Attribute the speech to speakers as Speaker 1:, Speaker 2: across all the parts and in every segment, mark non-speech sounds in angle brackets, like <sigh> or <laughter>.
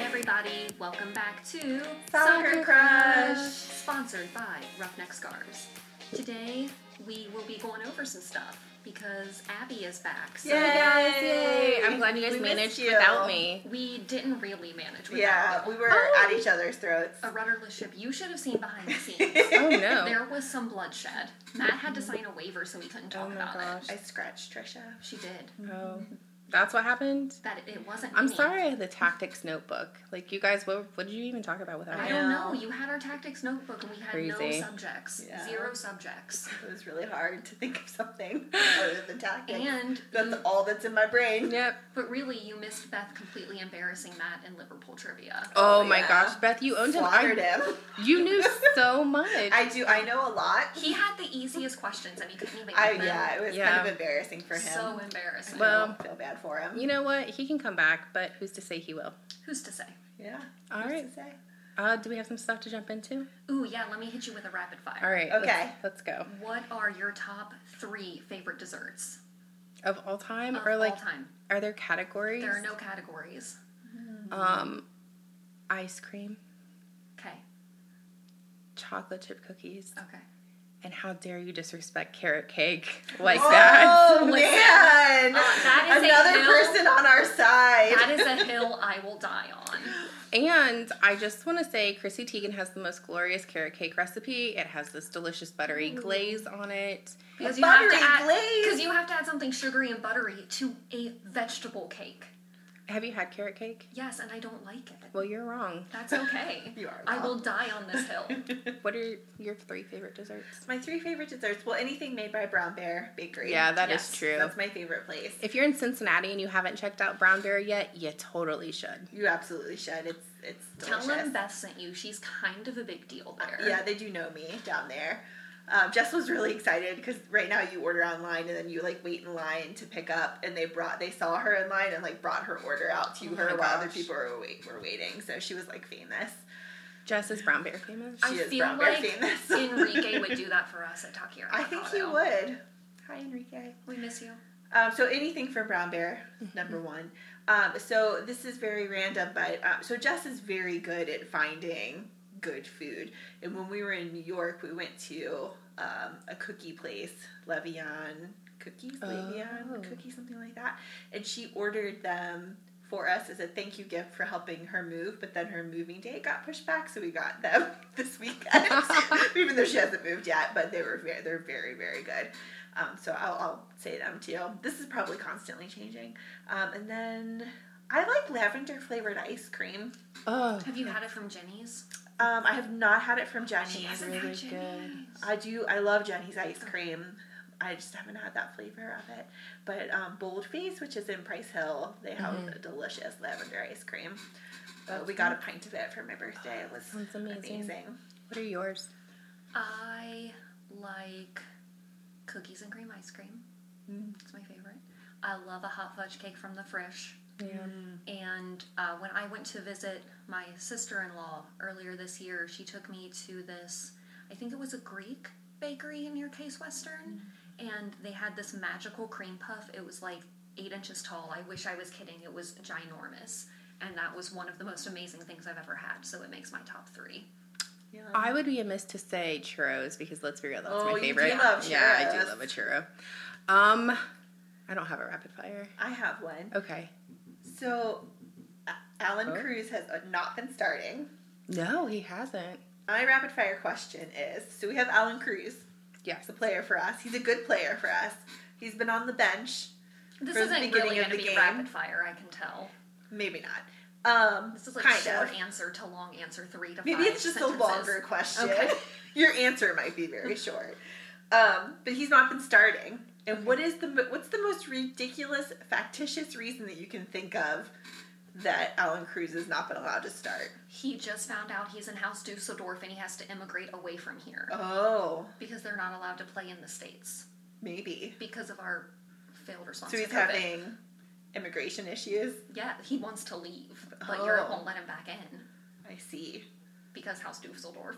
Speaker 1: everybody. Welcome back to
Speaker 2: Soccer Crush.
Speaker 1: sponsored by Roughneck Scars. Today, we will be going over some stuff because Abby is back. So
Speaker 2: Yay.
Speaker 3: guys, yay. I'm glad you guys
Speaker 2: We missed
Speaker 3: managed
Speaker 2: you.
Speaker 3: without me.
Speaker 2: <laughs>
Speaker 1: we didn't really manage without
Speaker 2: Yeah,
Speaker 1: Will.
Speaker 2: we were
Speaker 3: Oh.
Speaker 2: at each other's throats.
Speaker 1: a rudderless ship. You should have seen behind the scenes.
Speaker 2: <laughs>
Speaker 3: Oh no.
Speaker 1: There was some bloodshed. Matt had to sign a waiver so we couldn't talk
Speaker 3: Oh my
Speaker 1: about
Speaker 3: gosh.
Speaker 2: I scratched Trisha.
Speaker 1: it. She did.
Speaker 3: Oh, that's what happened.
Speaker 1: That it wasn't
Speaker 3: I'm
Speaker 1: me.
Speaker 3: sorry. I had the tactics notebook. Like you guys, what, what did you even talk about without
Speaker 1: I
Speaker 3: me?
Speaker 1: don't know.
Speaker 2: know.
Speaker 1: You had our tactics notebook and we had
Speaker 3: Crazy.
Speaker 1: no subjects.
Speaker 2: Yeah.
Speaker 1: Zero subjects.
Speaker 2: It was really hard to think of something other than tactics.
Speaker 1: And
Speaker 2: that's all that's in my brain.
Speaker 3: Yep.
Speaker 1: But really, you missed Beth completely embarrassing Matt in Liverpool trivia.
Speaker 3: Oh,
Speaker 2: Oh,
Speaker 3: my
Speaker 2: yeah.
Speaker 3: gosh, Beth, you owned him.
Speaker 2: Slaughtered
Speaker 3: I,
Speaker 2: him. <laughs>
Speaker 3: you knew so much.
Speaker 2: I do. I know a lot.
Speaker 1: He had the easiest questions and he couldn't even
Speaker 2: I
Speaker 1: get them.
Speaker 2: yeah, it was
Speaker 3: Yeah.
Speaker 2: kind of embarrassing for him.
Speaker 1: So embarrassing.
Speaker 3: Well-
Speaker 2: I feel bad for him.
Speaker 3: you know what? He can come back, but who's to say he will?
Speaker 1: Who's to say?
Speaker 2: Yeah.
Speaker 3: All
Speaker 2: Who's
Speaker 3: right.
Speaker 2: to say?
Speaker 3: Uh, do we have some stuff to jump into?
Speaker 1: Ooh, yeah, let me hit you with a rapid fire.
Speaker 3: All right.
Speaker 2: Okay.
Speaker 3: Let's, let's go.
Speaker 1: What are your top three favorite desserts
Speaker 3: Of all time,
Speaker 1: of
Speaker 3: or like,
Speaker 1: all time?
Speaker 3: are there categories?
Speaker 1: There are no categories.
Speaker 3: Um, ice cream,
Speaker 1: Okay,
Speaker 3: chocolate chip cookies, <laughs>
Speaker 1: okay.
Speaker 3: And how dare you disrespect carrot cake <laughs> like that? <laughs> Oh,
Speaker 2: Oh man!
Speaker 1: Uh, that is a hill-
Speaker 2: Another person on our side.
Speaker 1: That is a hill I will die on.
Speaker 3: And I just want to say, Chrissy Teigen has the most glorious carrot cake recipe. It has this delicious buttery glaze on it.
Speaker 1: Because
Speaker 2: A
Speaker 1: you, have to
Speaker 2: buttery
Speaker 1: add,
Speaker 2: glaze.
Speaker 1: because you have to add something sugary and buttery to a vegetable cake.
Speaker 3: Have you had carrot cake?
Speaker 1: Yes, and I don't like it.
Speaker 3: Well, you're wrong.
Speaker 1: That's
Speaker 3: <laughs>
Speaker 1: okay.
Speaker 2: <laughs> You are
Speaker 1: I will
Speaker 2: wrong.
Speaker 1: die on this hill.
Speaker 2: <laughs>
Speaker 3: What are your three favorite desserts?
Speaker 2: my three favorite desserts. Well, anything made by Brown Bear Bakery.
Speaker 3: Yeah, that is
Speaker 1: Yes,
Speaker 3: true.
Speaker 2: That's my favorite place.
Speaker 3: if you're in Cincinnati and you haven't checked out Brown Bear yet, you totally should.
Speaker 2: You absolutely should. It's it's
Speaker 1: Tell
Speaker 2: delicious.
Speaker 1: them Beth sent you. She's kind of a big deal there.
Speaker 2: Yeah, they do know me down there. Um, Jess was really excited because right now you order online and then you like wait in line to pick up, and they brought they saw her in line and like brought her order out to
Speaker 3: Oh
Speaker 2: her
Speaker 3: my
Speaker 2: while other
Speaker 3: gosh.
Speaker 2: people were wait, were waiting. So she was like famous.
Speaker 3: Jess is Brown Bear famous.
Speaker 1: I
Speaker 2: She is
Speaker 1: feel
Speaker 2: brown bear
Speaker 1: like
Speaker 2: famous. <laughs>
Speaker 1: Enrique would do that for us at Takira.
Speaker 2: I think he would. Hi Enrique.
Speaker 1: We miss you.
Speaker 2: Um, so anything from Brown Bear, number one. Um, so this is very random, but um, so Jess is very good at finding good food. And when we were in New York, we went to um, a cookie place, Levion Cookies, Levion
Speaker 3: Oh.
Speaker 2: Cookie, something like that. And she ordered them for us as a thank you gift for helping her move. But then her moving date got pushed back, so we got them <laughs> this
Speaker 1: <laughs>
Speaker 2: weekend, even though she hasn't moved yet. But they were very, they're very very good. Um, so I'll, I'll say them to you. This is probably constantly changing. Um, and then I like lavender flavored ice cream.
Speaker 3: Oh,
Speaker 1: Have you had it from Jenny's?
Speaker 2: Um, I have not had it from
Speaker 1: She
Speaker 2: Jenny's.
Speaker 1: hasn't had
Speaker 3: really
Speaker 1: Jenny's.
Speaker 3: good.
Speaker 2: I do. I love Jenny's ice cream. I just haven't had that flavor of it. But um, Bold Face, which is in Price Hill, they have
Speaker 3: Mm-hmm.
Speaker 2: a delicious lavender ice cream. But we got a pint of it for my birthday. It was
Speaker 3: sounds amazing.
Speaker 2: amazing.
Speaker 3: what are yours?
Speaker 1: I like cookies and cream ice cream. It's my favorite. I love a hot fudge cake from the Frisch.
Speaker 3: Yeah.
Speaker 1: And uh, when I went to visit my sister in law earlier this year, she took me to this, I think it was a Greek bakery near Case Western, and they had this magical cream puff. It was like eight inches tall. I wish I was kidding. It was ginormous. And that was one of the most amazing things I've ever had, so it makes my top three.
Speaker 2: Yeah.
Speaker 3: I would be amiss to say churros because let's be real, that's
Speaker 2: Uh-huh. Oh,
Speaker 3: my
Speaker 2: you do
Speaker 3: favorite.
Speaker 2: love
Speaker 3: yeah, I do
Speaker 2: churros.
Speaker 3: love a churro. Um, I don't have a rapid fire.
Speaker 2: I have one.
Speaker 3: Okay.
Speaker 2: So A- Alan
Speaker 3: Oh.
Speaker 2: Cruz has uh, not been starting.
Speaker 3: No, he hasn't.
Speaker 2: My rapid fire question is: So we have Alan Cruz.
Speaker 3: Yes.
Speaker 2: He's a player for us. He's a good player for us. He's been on the bench.
Speaker 1: This
Speaker 2: For the
Speaker 1: isn't
Speaker 2: beginning
Speaker 1: really
Speaker 2: of
Speaker 1: going to
Speaker 2: the
Speaker 1: be
Speaker 2: game.
Speaker 1: rapid fire, I can tell.
Speaker 2: Maybe not. Um,
Speaker 1: This is like
Speaker 2: kind
Speaker 1: short
Speaker 2: of.
Speaker 1: answer to long answer, three to
Speaker 2: Maybe
Speaker 1: five.
Speaker 2: it's just
Speaker 1: sentences.
Speaker 2: a longer question. <laughs>
Speaker 1: Okay.
Speaker 2: Your answer might be very short. Um, but he's not been starting. And what is the mo- what's the most ridiculous factitious reason that you can think of that Alan Cruz has not been allowed to start?
Speaker 1: He just found out he's in House Dusseldorf and he has to immigrate away from here
Speaker 2: Oh,
Speaker 1: because they're not allowed to play in the States
Speaker 2: maybe.
Speaker 1: because of our failed response
Speaker 2: So he's
Speaker 1: to COVID.
Speaker 2: having immigration issues.
Speaker 1: Yeah, he wants to leave, but Europe
Speaker 2: Oh.
Speaker 1: won't let him back in
Speaker 2: I see.
Speaker 1: because House Dusseldorf.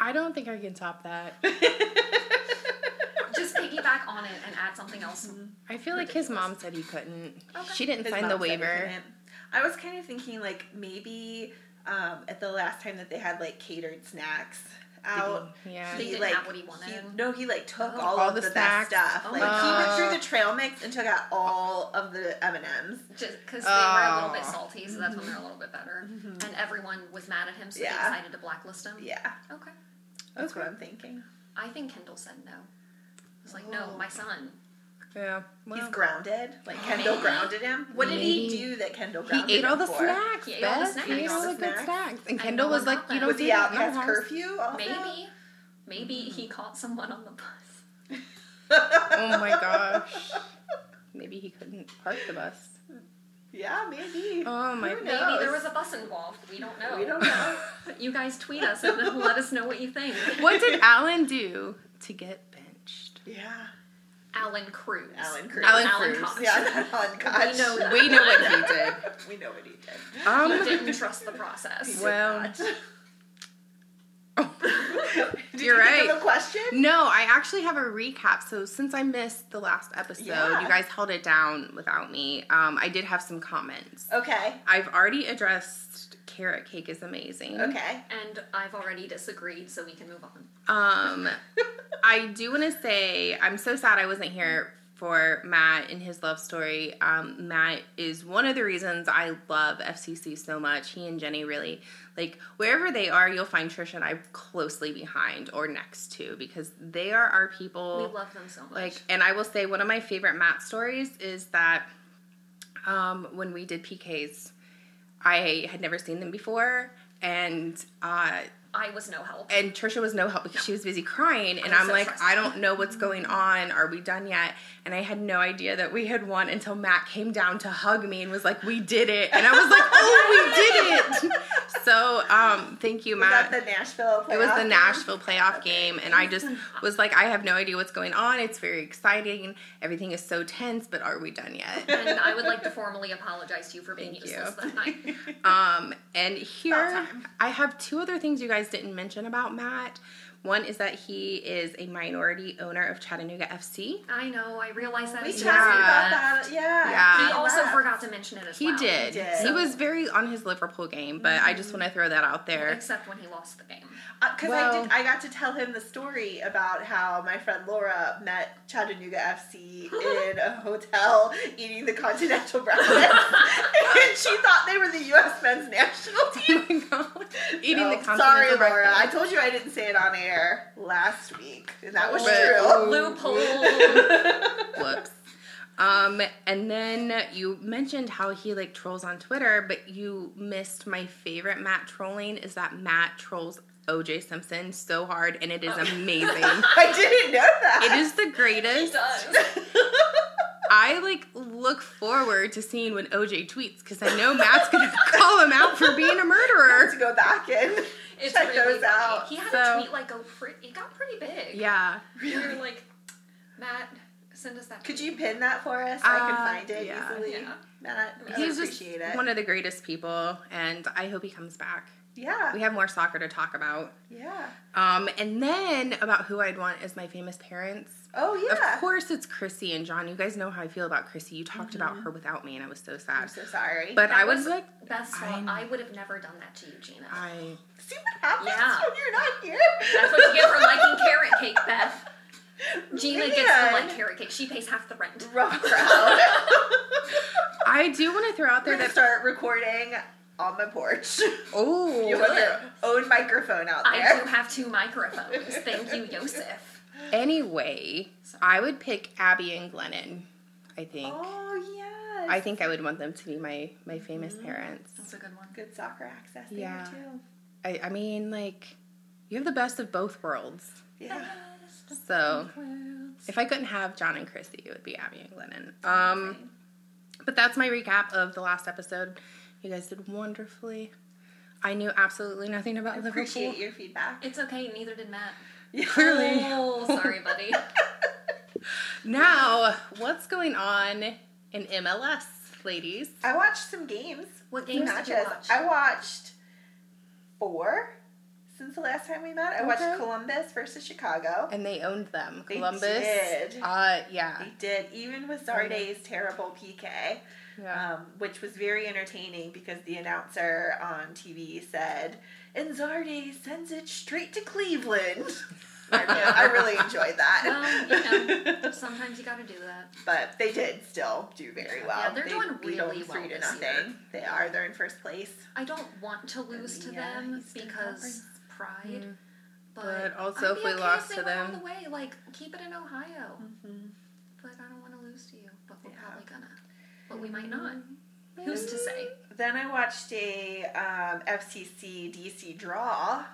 Speaker 3: I don't think I can top that.
Speaker 1: Just piggyback on it and add something else.
Speaker 2: Mm-hmm.
Speaker 3: I feel like his mom said he couldn't. She didn't
Speaker 2: His
Speaker 3: sign the
Speaker 2: mom said he
Speaker 3: waiver.
Speaker 2: couldn't. I was kind of thinking like maybe um, at the last time that they had like catered snacks out.
Speaker 3: Yeah.
Speaker 1: He didn't have what he wanted?
Speaker 2: no, he like took
Speaker 1: Oh.
Speaker 2: all,
Speaker 3: All
Speaker 2: of
Speaker 3: the
Speaker 2: the, best
Speaker 3: snacks.
Speaker 2: stuff.
Speaker 1: Oh
Speaker 2: like
Speaker 1: my
Speaker 2: he went
Speaker 3: gosh.
Speaker 2: through the trail mix and took out all of the M and M's.
Speaker 1: Just because they were a little bit
Speaker 3: Oh.
Speaker 1: salty, so that's when they're a little bit better. And everyone was mad at him, so
Speaker 2: Mm-hmm. Yeah.
Speaker 1: they decided to blacklist
Speaker 3: Mm.
Speaker 1: him.
Speaker 2: Yeah,
Speaker 1: Okay.
Speaker 2: that's what I'm thinking.
Speaker 1: I think Kendall said no. It's like, no,
Speaker 2: Oh.
Speaker 1: my son.
Speaker 3: Yeah. Well, Oh,
Speaker 2: He's grounded. Like Kendall
Speaker 1: Maybe. grounded
Speaker 2: grounded him. What did he
Speaker 3: Maybe.
Speaker 2: do that Kendall
Speaker 3: he
Speaker 2: grounded
Speaker 3: ate all
Speaker 2: him
Speaker 3: the
Speaker 2: for?
Speaker 3: snacks.
Speaker 1: He
Speaker 3: He
Speaker 1: ate all the
Speaker 3: He ate
Speaker 1: snacks.
Speaker 3: all the good
Speaker 2: Snacks.
Speaker 3: snacks. And
Speaker 1: no
Speaker 3: Kendall
Speaker 1: one
Speaker 3: was like,
Speaker 1: caught
Speaker 3: "You
Speaker 1: them.
Speaker 3: don't
Speaker 2: Was
Speaker 3: do
Speaker 2: he
Speaker 3: that
Speaker 2: out
Speaker 3: in our
Speaker 2: past
Speaker 3: house."
Speaker 2: curfew? Also?
Speaker 1: Maybe, maybe he
Speaker 2: Mm-hmm.
Speaker 1: caught someone on the bus.
Speaker 3: Oh
Speaker 2: <laughs>
Speaker 3: my gosh. Maybe he couldn't park the bus.
Speaker 2: Yeah, maybe.
Speaker 3: Oh my
Speaker 2: Who
Speaker 1: Maybe there
Speaker 2: knows?
Speaker 1: was a bus involved. We don't know.
Speaker 2: We don't know.
Speaker 3: <laughs>
Speaker 1: You guys tweet us and then let us know what you
Speaker 2: <laughs>
Speaker 1: think.
Speaker 3: What did Alan do to get benched?
Speaker 2: yeah,
Speaker 1: Alan Cruz.
Speaker 2: Alan Cruz.
Speaker 3: Alan
Speaker 1: Alan
Speaker 3: Cruz.
Speaker 1: Cox.
Speaker 2: Yeah, <laughs> not on Koch.
Speaker 1: We know that.
Speaker 3: We know what he did.
Speaker 2: We know what he did. <laughs>
Speaker 1: He
Speaker 3: Um,
Speaker 1: didn't trust the process.
Speaker 3: well,
Speaker 2: Did
Speaker 3: You're
Speaker 2: you think of
Speaker 3: right.
Speaker 2: a question?
Speaker 3: no, I actually have a recap. So since I missed the last episode,
Speaker 2: Yeah.
Speaker 3: you guys held it down without me. Um, I did have some comments.
Speaker 2: Okay.
Speaker 3: I've already addressed carrot cake is amazing.
Speaker 2: Okay.
Speaker 1: And I've already disagreed, so we can move on.
Speaker 3: Um, I do want to say I'm so sad I wasn't here for Matt and his love story. Um, Matt is one of the reasons I love FCC so much. He and Jenny really like wherever they are, you'll find Trisha and I closely behind or next to because they are our people.
Speaker 1: We love them so much.
Speaker 3: Like, and I will say one of my favorite Matt stories is that um, when we did PKs, I had never seen them before, and uh,
Speaker 1: I was no help.
Speaker 3: and Trisha was no help because she was busy crying, and
Speaker 1: I'm
Speaker 3: I'm
Speaker 1: so
Speaker 3: like,
Speaker 1: stressed.
Speaker 3: I don't know what's going on. Are we done yet? And I had no idea that we had won until Matt came down to hug me and was like, "We did it!" And I
Speaker 2: <laughs>
Speaker 3: was like, "Oh, we did it!" So, um, thank you,
Speaker 2: Was
Speaker 3: Matt.
Speaker 2: that the Nashville playoff?
Speaker 3: It was the
Speaker 2: game?
Speaker 3: Nashville playoff game, and I just was like, I have no idea what's going on. It's very exciting. Everything is so tense, but are we done yet?
Speaker 1: <laughs> and I would like to formally apologize to you for being
Speaker 3: Thank
Speaker 1: useless
Speaker 3: you.
Speaker 1: that night.
Speaker 2: <laughs>
Speaker 3: Um, and here
Speaker 2: time.
Speaker 3: I have two other things you guys didn't mention about Matt. One is that he is a minority owner of Chattanooga FC.
Speaker 1: I know. I realized that.
Speaker 2: We
Speaker 1: as
Speaker 2: talked
Speaker 1: soon as
Speaker 3: Yeah.
Speaker 1: he
Speaker 2: about
Speaker 1: left.
Speaker 2: that. Yeah.
Speaker 3: Yeah.
Speaker 1: He
Speaker 3: He
Speaker 1: also
Speaker 2: left.
Speaker 1: forgot to mention it as
Speaker 3: He
Speaker 1: well.
Speaker 3: did. He,
Speaker 2: did. Mm-hmm.
Speaker 3: was very on his Liverpool game, but I just want to throw that out there.
Speaker 1: Except when he lost the game.
Speaker 2: because Uh, I
Speaker 3: Well-
Speaker 2: did. I got to tell him the story about how my friend Laura met Chattanooga FC in <laughs> a hotel eating the continental breakfast, <laughs> and she thought they were the U.S. men's <laughs> national
Speaker 3: <laughs>
Speaker 2: team.
Speaker 3: Oh Eating
Speaker 2: So,
Speaker 3: the continental
Speaker 2: sorry,
Speaker 3: breakfast.
Speaker 2: Laura. I told you I didn't say it on air last week, and that was
Speaker 3: But-
Speaker 1: Loophole.
Speaker 2: true.
Speaker 3: <laughs> Whoops. Um, and then you mentioned how he like trolls on Twitter, but you missed my favorite Matt trolling is that Matt trolls OJ Simpson so hard, and it
Speaker 2: Oh.
Speaker 3: is amazing.
Speaker 2: <laughs> I didn't know that.
Speaker 3: it
Speaker 2: <laughs>
Speaker 3: is the greatest.
Speaker 1: does.
Speaker 3: I like look forward to seeing when OJ tweets because I know Matt's gonna <laughs> call him out for being a
Speaker 2: to
Speaker 3: murderer.
Speaker 2: go back in.
Speaker 1: It's
Speaker 2: check
Speaker 1: really
Speaker 2: those
Speaker 1: funny.
Speaker 2: out.
Speaker 1: He had a
Speaker 3: So-
Speaker 1: tweet like a pretty, it got pretty big.
Speaker 3: Yeah.
Speaker 1: We were like, Matt, send us that.
Speaker 2: <laughs> Could
Speaker 1: tweet."
Speaker 2: you pin that for us? I can
Speaker 3: Uh,
Speaker 2: find it
Speaker 3: yeah.
Speaker 2: easily.
Speaker 1: Yeah.
Speaker 2: Matt, I
Speaker 3: He's just
Speaker 2: appreciate it.
Speaker 3: one of the greatest people, and I hope he comes back.
Speaker 2: yeah,
Speaker 3: We have more soccer to talk about.
Speaker 2: yeah.
Speaker 3: Um, and then about who I'd want as my famous parents.
Speaker 2: Oh yeah.
Speaker 3: Of course, it's Chrissy and John. You guys know how I feel about Chrissy. You talked
Speaker 2: Mm-hmm.
Speaker 3: about her without me, and I was so
Speaker 2: I'm
Speaker 3: sad.
Speaker 2: so sorry.
Speaker 3: But
Speaker 1: That
Speaker 3: I was
Speaker 1: was-
Speaker 3: like,
Speaker 1: Best
Speaker 3: I
Speaker 1: thought.
Speaker 3: know.
Speaker 1: I, would have never done that to you, Gina.
Speaker 3: I
Speaker 2: see what happens
Speaker 1: Yeah.
Speaker 2: when you're not here.
Speaker 1: That's what you get
Speaker 2: <laughs>
Speaker 1: for liking carrot cake, Beth. Gina gets to
Speaker 2: Man.
Speaker 1: like carrot cake. She pays half the rent.
Speaker 2: Rough crowd. <laughs>
Speaker 3: <laughs> I do want to throw out
Speaker 2: We're gonna
Speaker 3: there that
Speaker 2: start recording on my porch. <laughs>
Speaker 3: oh,
Speaker 2: You have your own microphone out
Speaker 1: I do
Speaker 2: there.
Speaker 1: have two microphones. Thank you, Yosef.
Speaker 3: Anyway, I would pick Abby and Glennon. I think.
Speaker 2: Oh yes.
Speaker 3: I think I would want them to be my my famous
Speaker 2: Mm-hmm.
Speaker 3: parents.
Speaker 1: That's a good one.
Speaker 2: good soccer access
Speaker 3: Yeah.
Speaker 2: there too.
Speaker 3: I, I mean, like, you have the best of both worlds.
Speaker 2: Yeah. <laughs> Mm-hmm.
Speaker 3: So, if I couldn't have John and Chrissy, it would be Abby and Glennon. Um, but that's my recap of the last episode. You guys did wonderfully. I knew absolutely nothing about Liverpool.
Speaker 2: Appreciate your feedback.
Speaker 1: It's okay. Neither did Matt.
Speaker 3: Clearly.
Speaker 1: Oh, sorry, buddy.
Speaker 3: Now, what's going on in MLS, ladies?
Speaker 2: <laughs> I watched some games.
Speaker 1: What
Speaker 2: Some
Speaker 1: games did you
Speaker 2: matches.
Speaker 1: watch?
Speaker 2: I watched four since the last time we met. I watched
Speaker 3: Okay.
Speaker 2: Columbus versus Chicago.
Speaker 3: And they owned them.
Speaker 2: They
Speaker 3: Columbus.
Speaker 2: did.
Speaker 3: Uh, yeah.
Speaker 2: They did, even with Zarde's terrible PK,
Speaker 3: Yeah.
Speaker 2: um, which was very entertaining because the announcer on TV said, and Zarde sends it straight to
Speaker 3: <laughs>
Speaker 2: Cleveland. I really- I really enjoyed that.
Speaker 1: Well,
Speaker 2: <laughs>
Speaker 1: Sometimes you got to do that.
Speaker 2: but they did still do very well.
Speaker 1: Yeah, they're
Speaker 2: They
Speaker 1: doing
Speaker 2: beat 'em
Speaker 1: really well
Speaker 2: three to
Speaker 1: this year.
Speaker 2: nothing. They are. They're in first place.
Speaker 1: I don't want to lose to
Speaker 2: Yeah,
Speaker 1: them
Speaker 2: Eastern
Speaker 1: because pride.
Speaker 3: Mm.
Speaker 1: But,
Speaker 3: But also
Speaker 1: I'd
Speaker 3: if
Speaker 1: be
Speaker 3: we
Speaker 1: okay
Speaker 3: lost
Speaker 1: they
Speaker 3: to
Speaker 1: went all
Speaker 3: them-
Speaker 1: the way, like keep it in Ohio. But I don't want to lose to you. But we're
Speaker 2: Yeah.
Speaker 1: probably gonna. But we might not. Who's to say?
Speaker 2: Then I watched a um, FCC DC draw.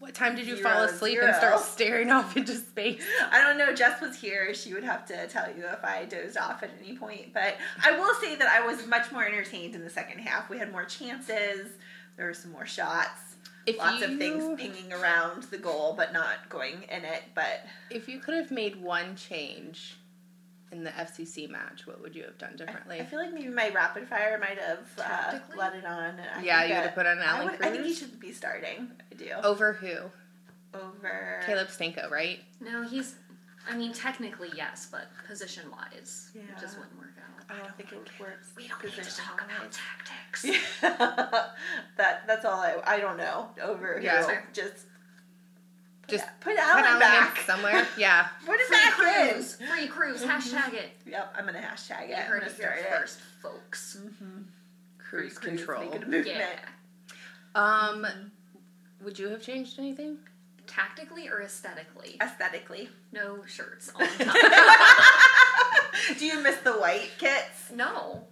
Speaker 3: What time did you
Speaker 2: Zero,
Speaker 3: fall asleep
Speaker 2: zero.
Speaker 3: and start <laughs> staring off into space?
Speaker 2: I don't know. Jess was here. She would have to tell you if I dozed off at any point. But I will say that I was much more entertained in the second half. We had more chances. There were some more shots.
Speaker 3: If
Speaker 2: lots
Speaker 3: you-
Speaker 2: of things pinging around the goal, but not going in it. But
Speaker 3: If you could have made one change in the FCC match, what would you have done differently?
Speaker 2: I feel like maybe my rapid fire might have uh,
Speaker 1: Tactically?
Speaker 2: let it on. And I
Speaker 3: Yeah,
Speaker 2: think
Speaker 3: you
Speaker 2: that-
Speaker 3: would've put on
Speaker 2: I,
Speaker 3: Alan
Speaker 2: would- I think he
Speaker 3: Cruz.
Speaker 2: should be starting. I do
Speaker 3: Over who?
Speaker 2: over
Speaker 3: Caleb Stanko, right?
Speaker 1: No, he's. I mean, technically yes, but position wise,
Speaker 2: Yeah.
Speaker 1: it just wouldn't work out.
Speaker 2: I don't think it would work.
Speaker 1: We don't need to talk about <laughs> tactics.
Speaker 2: <laughs> that that's all I I don't know over
Speaker 3: Yeah.
Speaker 2: who.
Speaker 1: Sure.
Speaker 2: Just
Speaker 3: Just
Speaker 2: put
Speaker 3: put
Speaker 2: Alan
Speaker 3: Alan in
Speaker 2: back <laughs>
Speaker 3: somewhere. Yeah.
Speaker 2: Put it
Speaker 1: Free
Speaker 2: back in.
Speaker 1: cruise. Free cruise. Hashtag it.
Speaker 2: Yep, I'm gonna hashtag it.
Speaker 1: You
Speaker 2: I'm
Speaker 1: heard
Speaker 2: gonna
Speaker 1: it here
Speaker 2: start it.
Speaker 1: first, folks.
Speaker 3: Cruise,
Speaker 2: Free cruise,
Speaker 3: control.
Speaker 2: Make it a movement.
Speaker 1: Yeah.
Speaker 3: Um, would you have changed anything?
Speaker 1: Tactically or aesthetically?
Speaker 2: Aesthetically,
Speaker 1: No shirts
Speaker 2: <laughs>
Speaker 1: on top.
Speaker 2: do you miss the white kits?
Speaker 1: no.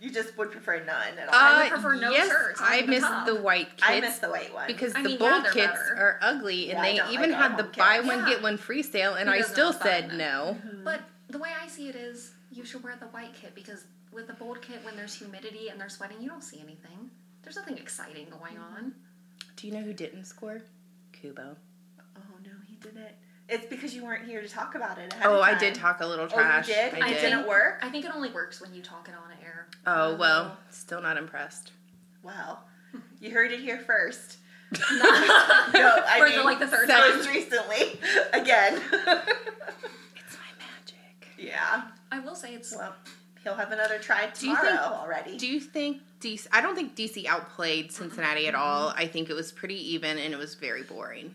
Speaker 2: You just would prefer none at all.
Speaker 1: I would prefer no
Speaker 3: yes,
Speaker 1: shirts on
Speaker 3: I
Speaker 1: the
Speaker 3: miss
Speaker 1: top.
Speaker 3: the white Uh, kits
Speaker 2: I miss the white one
Speaker 3: because
Speaker 1: I
Speaker 3: the
Speaker 1: mean, yeah,
Speaker 3: bold
Speaker 1: they're
Speaker 3: kits
Speaker 1: better.
Speaker 3: are ugly, and
Speaker 2: Yeah, I
Speaker 3: they
Speaker 2: don't
Speaker 3: even
Speaker 2: like
Speaker 3: had the
Speaker 2: all-home
Speaker 3: buy
Speaker 2: kits.
Speaker 3: one
Speaker 1: Yeah.
Speaker 3: get one free sale, and
Speaker 1: Who
Speaker 3: I
Speaker 1: doesn't
Speaker 3: still
Speaker 1: buy
Speaker 3: said
Speaker 1: them?
Speaker 3: no.
Speaker 1: But the way I see it is, you should wear the white kit because with the bold kit, when there's humidity and they're sweating, you don't see anything. There's nothing exciting going
Speaker 2: Mm-hmm.
Speaker 1: on.
Speaker 3: Do you know who didn't score? Kubo.
Speaker 2: Oh no, he did it. It's because you weren't here to talk about it. ahead
Speaker 3: Oh,
Speaker 2: of
Speaker 3: I
Speaker 2: time.
Speaker 3: did talk a little
Speaker 2: Oh, you
Speaker 3: trash.
Speaker 2: did?
Speaker 3: I
Speaker 2: It
Speaker 3: did.
Speaker 2: didn't
Speaker 1: think-
Speaker 2: work?
Speaker 1: I think it only works when you talk it on air. <laughs>
Speaker 3: Oh well, still not impressed.
Speaker 2: Well, you heard it here
Speaker 3: <laughs>
Speaker 2: first. <laughs> no, I
Speaker 1: Or the,
Speaker 2: mean,
Speaker 1: like, the third
Speaker 2: so
Speaker 1: time.
Speaker 2: it's recently again. <laughs>
Speaker 3: It's my magic.
Speaker 2: yeah.
Speaker 1: I will say it's
Speaker 2: Well, he'll have another try tomorrow
Speaker 3: you think-
Speaker 2: already.
Speaker 3: Do you think DC? I don't think DC outplayed Cincinnati at all. I think it was pretty even, and it was very boring.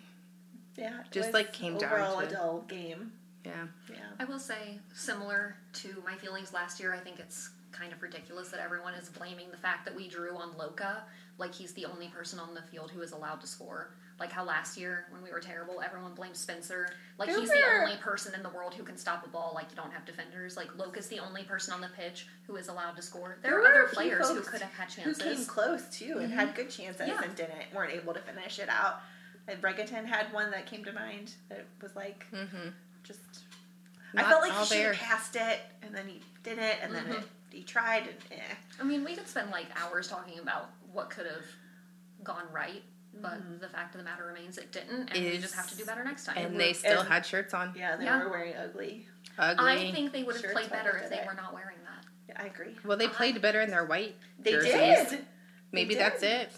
Speaker 2: yeah. it
Speaker 3: just,
Speaker 2: was
Speaker 3: like, came down
Speaker 2: overall
Speaker 3: to-
Speaker 2: a dull game.
Speaker 3: Yeah.
Speaker 2: Yeah.
Speaker 1: I will say, similar to my feelings last year, I think it's kind of ridiculous that everyone is blaming the fact that we drew on Loca. Like, he's the only person on the field who is allowed to score. Like, how last year, when we were terrible, everyone blamed Spencer. Like, he's
Speaker 2: Spencer!
Speaker 1: the only person in the world who can stop a ball. Like, you don't have defenders. Like, Loca's the only person on the pitch who is allowed to score. There,
Speaker 2: There
Speaker 1: are
Speaker 2: were a
Speaker 1: other
Speaker 2: few
Speaker 1: players who
Speaker 2: folks
Speaker 1: could have had
Speaker 2: Who came
Speaker 1: chances. Mm-hmm.
Speaker 2: close too and had good chances
Speaker 1: Yeah.
Speaker 2: and didn't weren't able to finish it out. And Bregaton had one that came to mind that was like
Speaker 1: Mm-hmm.
Speaker 2: just. I
Speaker 3: Not
Speaker 2: felt like
Speaker 3: all
Speaker 2: he should
Speaker 3: there.
Speaker 2: have passed it, and then he didn't, and then
Speaker 1: Mm-hmm.
Speaker 2: it, he tried, and eh.
Speaker 1: I mean, we could spend, like, hours talking about what could have gone right, but the fact of the matter remains it didn't, and we
Speaker 3: Is-
Speaker 1: just have to do better next time.
Speaker 3: And they still
Speaker 2: Mm-hmm. and-
Speaker 3: had shirts on.
Speaker 2: Yeah, they
Speaker 1: Yeah.
Speaker 2: were wearing ugly.
Speaker 3: Ugly.
Speaker 1: I think they would have
Speaker 2: Sure,
Speaker 1: played
Speaker 2: it's all
Speaker 1: better
Speaker 2: good
Speaker 1: if they
Speaker 2: at it.
Speaker 1: were not wearing that.
Speaker 2: Yeah, I agree.
Speaker 3: well, they played better in their white.
Speaker 2: They
Speaker 3: jerseys.
Speaker 2: did.
Speaker 3: Maybe
Speaker 2: did.
Speaker 3: that's it.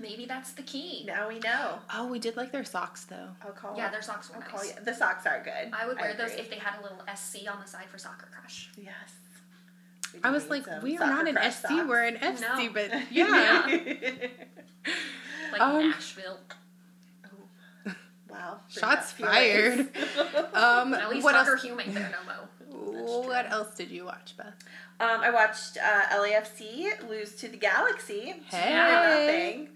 Speaker 1: Maybe that's the key.
Speaker 2: Now we know.
Speaker 3: Oh, we did like their socks though.
Speaker 2: I'll call.
Speaker 1: Yeah, their socks were
Speaker 2: I'll
Speaker 1: nice.
Speaker 2: call you. The socks are good.
Speaker 1: I would wear those
Speaker 2: agree.
Speaker 1: if they had a little SC on the side for soccer crush.
Speaker 2: Yes. We
Speaker 3: I
Speaker 2: do
Speaker 3: was
Speaker 2: need
Speaker 3: like,
Speaker 2: some
Speaker 3: we are
Speaker 2: soccer
Speaker 3: not an
Speaker 2: crush
Speaker 3: SC,
Speaker 2: socks.
Speaker 3: we're
Speaker 2: <laughs>
Speaker 3: an FC,
Speaker 1: No.
Speaker 3: but <laughs> yeah.
Speaker 1: Like
Speaker 3: Um,
Speaker 1: Nashville.
Speaker 2: wow. Bring
Speaker 3: Shots
Speaker 2: up feelings.
Speaker 3: fired. um,
Speaker 1: At least
Speaker 3: what
Speaker 1: soccer
Speaker 3: else?
Speaker 1: human there no mo.
Speaker 3: What else did you watch, Beth?
Speaker 2: <laughs> Um, I watched uh, LAFC lose to the Galaxy. two to
Speaker 3: Hey. Mm-hmm.
Speaker 2: nothing.